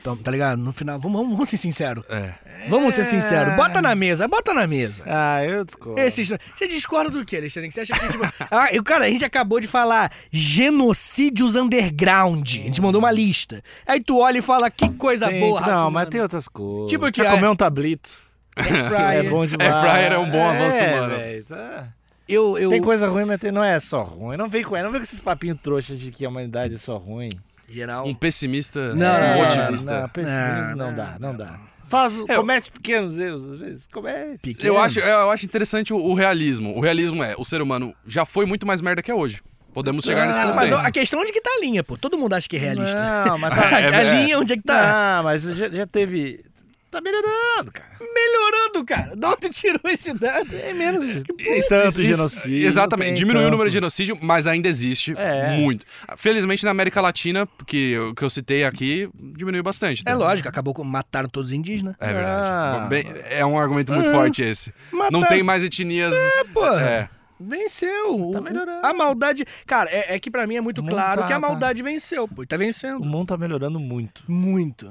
B: Então, tá ligado? No final, vamos, vamos, vamos ser sinceros.
C: É.
B: Vamos ser sinceros. Bota na mesa, bota na mesa.
A: Ah, eu discordo.
B: Esses- Você discorda do que, Alexandre? Que Você acha que, tipo... ah, e o cara, a gente acabou de falar genocídios underground. A gente mandou uma lista. Aí tu olha e fala, que coisa
A: Tem-
B: boa, raça
A: Não, mas
B: humana.
A: tem outras coisas.
B: Tipo que Ah,
A: Quer
B: é-
A: comer um tablito.
B: Air fryer.
A: É bom demais.
C: Air fryer é um bom avanço, mano.
A: velho, tá.
B: Eu, eu...
A: Tem coisa ruim, mas tem- não é só ruim. Não vem com, não vem com esses papinhos trouxa de que a humanidade é só ruim.
B: Geral...
C: Um pessimista,
B: Não,
C: um
A: é,
B: não,
C: otimista.
A: Não, pessimismo
B: Não,
A: não dá, não dá. Faz, comete pequenos erros, às vezes. Comete.
C: Eu acho, é, eu acho interessante o, o realismo. O realismo é, o ser humano já foi muito mais merda que é hoje. Podemos chegar nesse
A: Ah,
B: Mas
C: consenso.
B: a questão é onde que tá a linha, pô. Todo mundo acha que é realista.
A: Não, mas
B: A,
A: tá,
C: É,
B: a
C: é.
B: linha onde é que tá?
A: não, mas já, já teve. Tá melhorando, cara.
B: Melhorando, cara. De onde tirou esse dado? É menos.
A: Tem tanto genocídio.
C: Exatamente,
A: tem
C: diminuiu o número de
A: tanto.
C: genocídio, mas ainda existe
A: É.
C: muito. Felizmente na América Latina, que eu, que eu citei aqui, diminuiu bastante.
B: É
C: né?
B: lógico, acabou com. Mataram todos os indígenas.
C: É verdade.
A: Ah. tá.
C: Bem- é um argumento muito forte esse.
B: Mataram.
C: Não tem mais etnias. É,
B: pô.
C: É.
B: Venceu.
A: Tá
B: O-
A: melhorando.
B: A maldade. Cara, é, é que pra mim é muito
A: Não
B: claro
A: tá,
B: que
A: tá.
B: a maldade venceu, pô. E Tá
A: O
B: vencendo.
A: mundo tá melhorando muito.
B: Muito.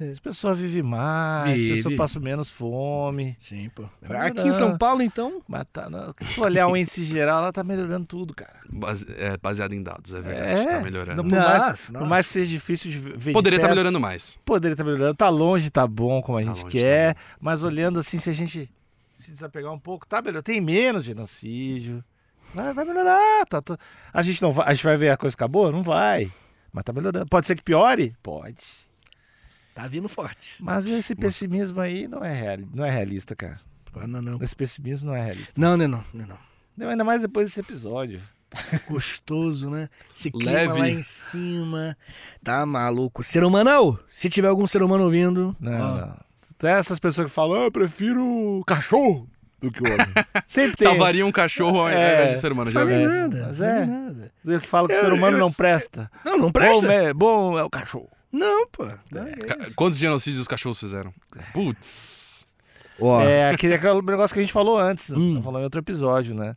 B: É.
A: As pessoas vivem mais,
B: Vive.
A: as pessoas passam menos fome.
B: Sim, pô.
A: Tá
B: Aqui em São
A: melhorando.
B: Paulo, então.
A: Mas tá, não, se tu olhar o índice geral, ela tá melhorando tudo, cara.
C: base- é baseado em dados, é verdade. Tá melhorando.
A: Não, por,
B: Nossa,
A: mais, por
B: nossa.
A: mais que seja difícil de ver. de
C: Poderia estar
A: perto,
C: melhorando mais.
A: Poderia estar melhorando. Tá longe, tá bom, como a
C: Tá
A: gente
C: longe,
A: quer. mas olhando assim, se a gente se desapegar um pouco, tá melhor. Tem menos genocídio. Vai, vai melhorar. Tá, tá- A gente não vai. A gente vai ver a coisa acabou? Não vai. Mas tá melhorando. Pode ser que piore? Pode.
B: Tá vindo forte.
A: Mas esse pessimismo aí não é, real, não é realista, cara.
B: Ah, não, não.
A: Esse pessimismo não é realista.
B: Não, não, não, não, não.
A: Não, Ainda mais depois desse episódio.
B: Gostoso, né? Esse clima
C: Leve.
B: lá em cima. Tá maluco. Ser humano, se tiver algum ser humano ouvindo.
A: Não,
B: ó,
A: não. Até essas pessoas que falam, "Ah, eu prefiro cachorro do que homem. Sempre tem.
C: Salvaria um cachorro ao
A: É.
C: invés de ser humano. Já vi.
B: Falei
A: É,
B: nada,
A: mas
B: falei
A: é.
B: nada.
A: Eu que falo que o ser humano não presta.
B: Não, não presta.
A: Bom, é, bom é o cachorro.
B: Não, pô.
A: É,
C: Ca- Quantos genocídios os cachorros fizeram? Putz.
B: Ó,
A: É aquele, aquele negócio que a gente falou antes,
B: Hum.
A: falou em outro episódio, né?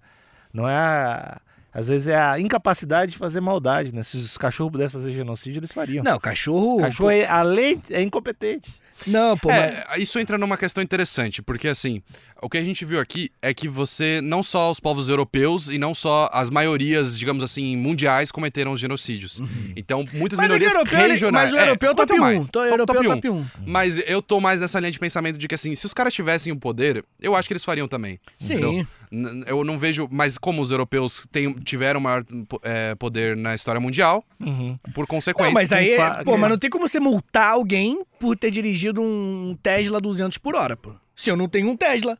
A: Não é a, Às vezes é a incapacidade de fazer maldade, né? Se os cachorros pudessem fazer genocídio, eles fariam.
B: Não, cachorro.
A: o cachorro, é, além, é incompetente.
B: Não, pô, mas-
C: É, isso entra numa questão interessante, porque assim, o que a gente viu aqui é que você, não só os povos europeus e não só as maiorias, digamos assim, mundiais cometeram os genocídios. Então, muitas
B: Mas é que
C: minorias
B: o europeu, ele-
C: regionais.
B: mas o europeu
C: é,
B: top
C: quanto
B: 1.
C: mais? um.
B: Tô- europeu é top 1.
C: Mas eu tô mais nessa linha de pensamento de que, assim, se os caras tivessem o poder, eu acho que eles fariam também.
B: Sim.
C: entendeu? N- Eu não vejo. Mas como os europeus têm- tiveram maior é, poder na história mundial,
B: Uhum.
C: por consequência.
B: Não, mas
A: com
B: aí, é,
A: fa-
B: pô, mas não tem como você multar alguém por ter dirigido um Tesla 200 por hora, pô. Se eu não tenho um Tesla.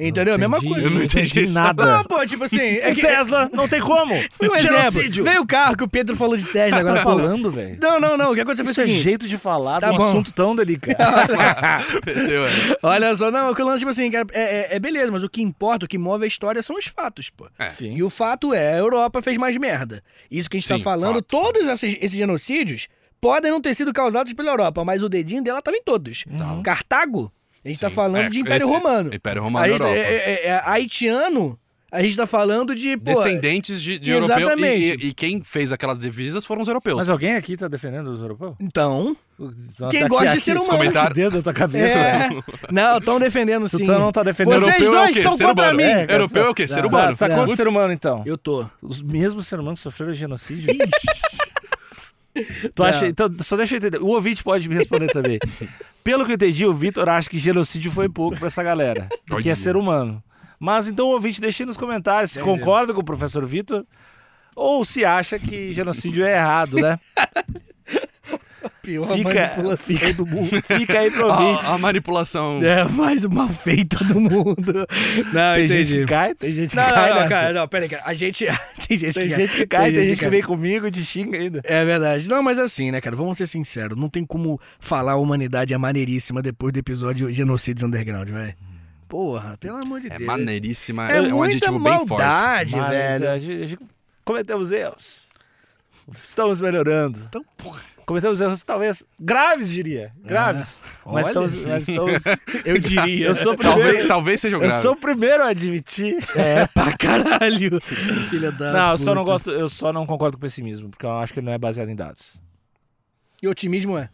B: Entendeu? É A mesma
A: Entendi,
B: coisa.
C: Eu não entendi isso.
A: nada.
B: Não, pô, tipo assim, é
A: O
B: que
A: Tesla não tem como.
B: Foi um exemplo.
A: genocídio.
B: Veio o carro que o Pedro falou de Tesla agora
A: Tá
B: pô.
A: falando, velho.
B: Não, não, não. O que aconteceu foi o
A: Isso é
B: seguinte.
A: jeito de falar
B: Tá
A: de um
B: bom.
A: assunto tão delicado.
C: Entendeu? É.
B: Olha só, não, é que o lance, tipo assim, cara, é, é- é beleza, mas o que importa, o que move a história são os fatos, pô.
A: Sim.
B: E o fato é, a Europa fez mais merda. Isso que a gente tá
C: Sim,
B: falando,
C: fato.
B: todos esses, esses genocídios podem não ter sido causados pela Europa, mas o dedinho dela tava em todos. Cartago, a gente tá
C: Sim.
B: falando
C: É,
B: de Império
C: esse-
B: Romano.
C: Império
B: A
C: Romano
B: gente, tá-
C: Europa.
B: é, é- é- haitiano, a gente tá falando de, pô...
C: Descendentes de, de europeu.
B: exatamente.
C: E, e- e quem fez aquelas divisas foram os europeus.
A: Mas alguém aqui tá defendendo os europeus?
B: Então,
A: Nossa,
B: Quem
A: aqui-
B: gosta de
A: tá aqui,
B: ser
A: esse
B: humano.
A: comentário- dedo da tua cabeça.
B: é...
A: velho.
B: Não, estão defendendo
A: Se
B: sim.
A: tu não tá defendendo
B: Vocês
C: europeu
B: dois
C: é o quê?
B: estão
C: ser
B: contra
C: humano.
B: mim.
A: É, cara,
C: europeu é o quê?
A: tá-
C: Ser humano.
A: Tá, tá quanto
B: Putz.
A: ser humano, então?
B: Eu tô.
A: Os mesmos ser humanos que sofreram genocídio? tu
B: Não.
A: acha... Então, só deixa eu entender. O ouvinte pode me responder também. Pelo que eu entendi, o Vitor acha que genocídio foi pouco pra essa galera. Porque é
C: Olha.
A: ser humano. Mas então, o ouvinte, deixa aí nos comentários se
B: Entendi.
A: concorda com o professor Vitor ou se acha que genocídio é errado, né?
B: Pior
A: Fica,
B: manipulação
A: fica,
B: do mundo.
A: fica aí pro
B: Ah,
A: ouvinte.
C: A, a manipulação.
B: É mais uma feita do mundo. Não,
A: Tem
B: entendi.
A: gente que cai, tem gente que
B: Não,
A: cai.
B: não, não,
A: nessa.
B: cara, não, peraí, cara. A gente. tem gente
A: Tem gente que cai, tem, gente que,
B: cai.
A: vem comigo e te xinga ainda.
B: É verdade. Não, mas assim, né, cara? Vamos ser sinceros. Não tem como falar a humanidade é maneiríssima depois do episódio Genocídios Underground, velho. Porra, pelo amor de
C: É
B: Deus.
C: maneiríssima.
B: É,
C: É, um
B: muita
C: adjetivo bem forte.
B: maldade,
A: Mas,
B: velho.
A: é, a gente- a gente cometemos erros. Estamos melhorando.
B: Então, porra.
A: Cometemos erros, talvez, graves, diria.
C: É.
A: Graves.
B: olha.
A: mas, estamos, mas estamos-
B: Eu diria.
A: Eu sou o
C: Talvez,
A: primeiro.
C: talvez seja o
A: Eu
C: grave.
A: sou o primeiro a admitir.
B: É, pra caralho. Filha
C: Tá
B: da.
A: não, eu só não
B: puta.
A: gosto, eu só não concordo com o pessimismo, porque eu acho que ele não é baseado em dados.
B: E otimismo é?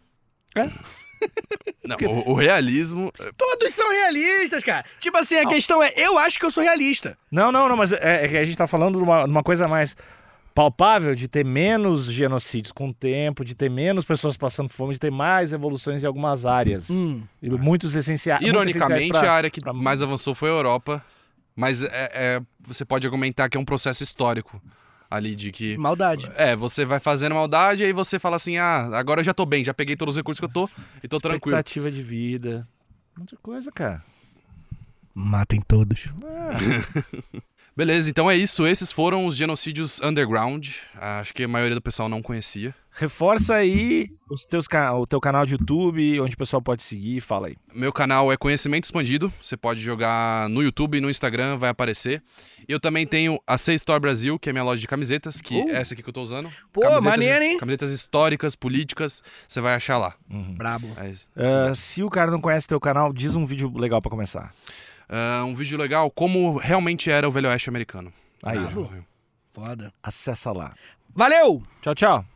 C: Não, o, o realismo.
A: Ah,
B: Todos são realistas, cara. Tipo assim, a questão é: eu acho que eu sou realista.
A: Não, não, não, mas é, é que a gente tá falando de uma, uma coisa mais palpável, de ter menos genocídios com o tempo, de ter menos pessoas passando fome, de ter mais evoluções em algumas áreas.
B: Hum,
A: E Muitos essenciais.
C: Hum. Ironicamente,
A: muito
C: ah,
A: essenciais pra-
C: a área que
A: pra-
C: mais avançou foi a Europa. Mas é- é- você pode argumentar que é um processo histórico ali de que.
B: Maldade.
C: É, você vai fazendo maldade e aí você fala assim: ah, agora eu já tô bem, já peguei todos os recursos que eu tô e tô tranquilo.
A: expectativa de vida. Muita coisa, cara.
B: Matem todos.
C: Beleza, então é isso. Esses foram os genocídios underground. Ah, Acho que a maioria do pessoal não conhecia.
A: Reforça aí os teus, ca- o teu canal de YouTube, onde o pessoal pode seguir, fala aí.
C: Meu canal é Conhecimento Expandido. Você pode jogar no YouTube, no Instagram, vai aparecer. E eu também tenho a C Store Brasil, que é minha loja de camisetas, que
B: Uh.
C: é essa aqui que eu tô usando.
B: Pô, maneiro, hein?
C: Camisetas assim. históricas, políticas, você vai achar lá.
B: Brabo.
C: É isso.
A: Ah, se o cara não conhece teu canal, diz um vídeo legal pra começar.
C: Ah, um vídeo legal, como realmente era o Velho Oeste americano.
A: Aí, ó.
B: Foda.
A: acessa lá.
B: Valeu!
A: Tchau, tchau.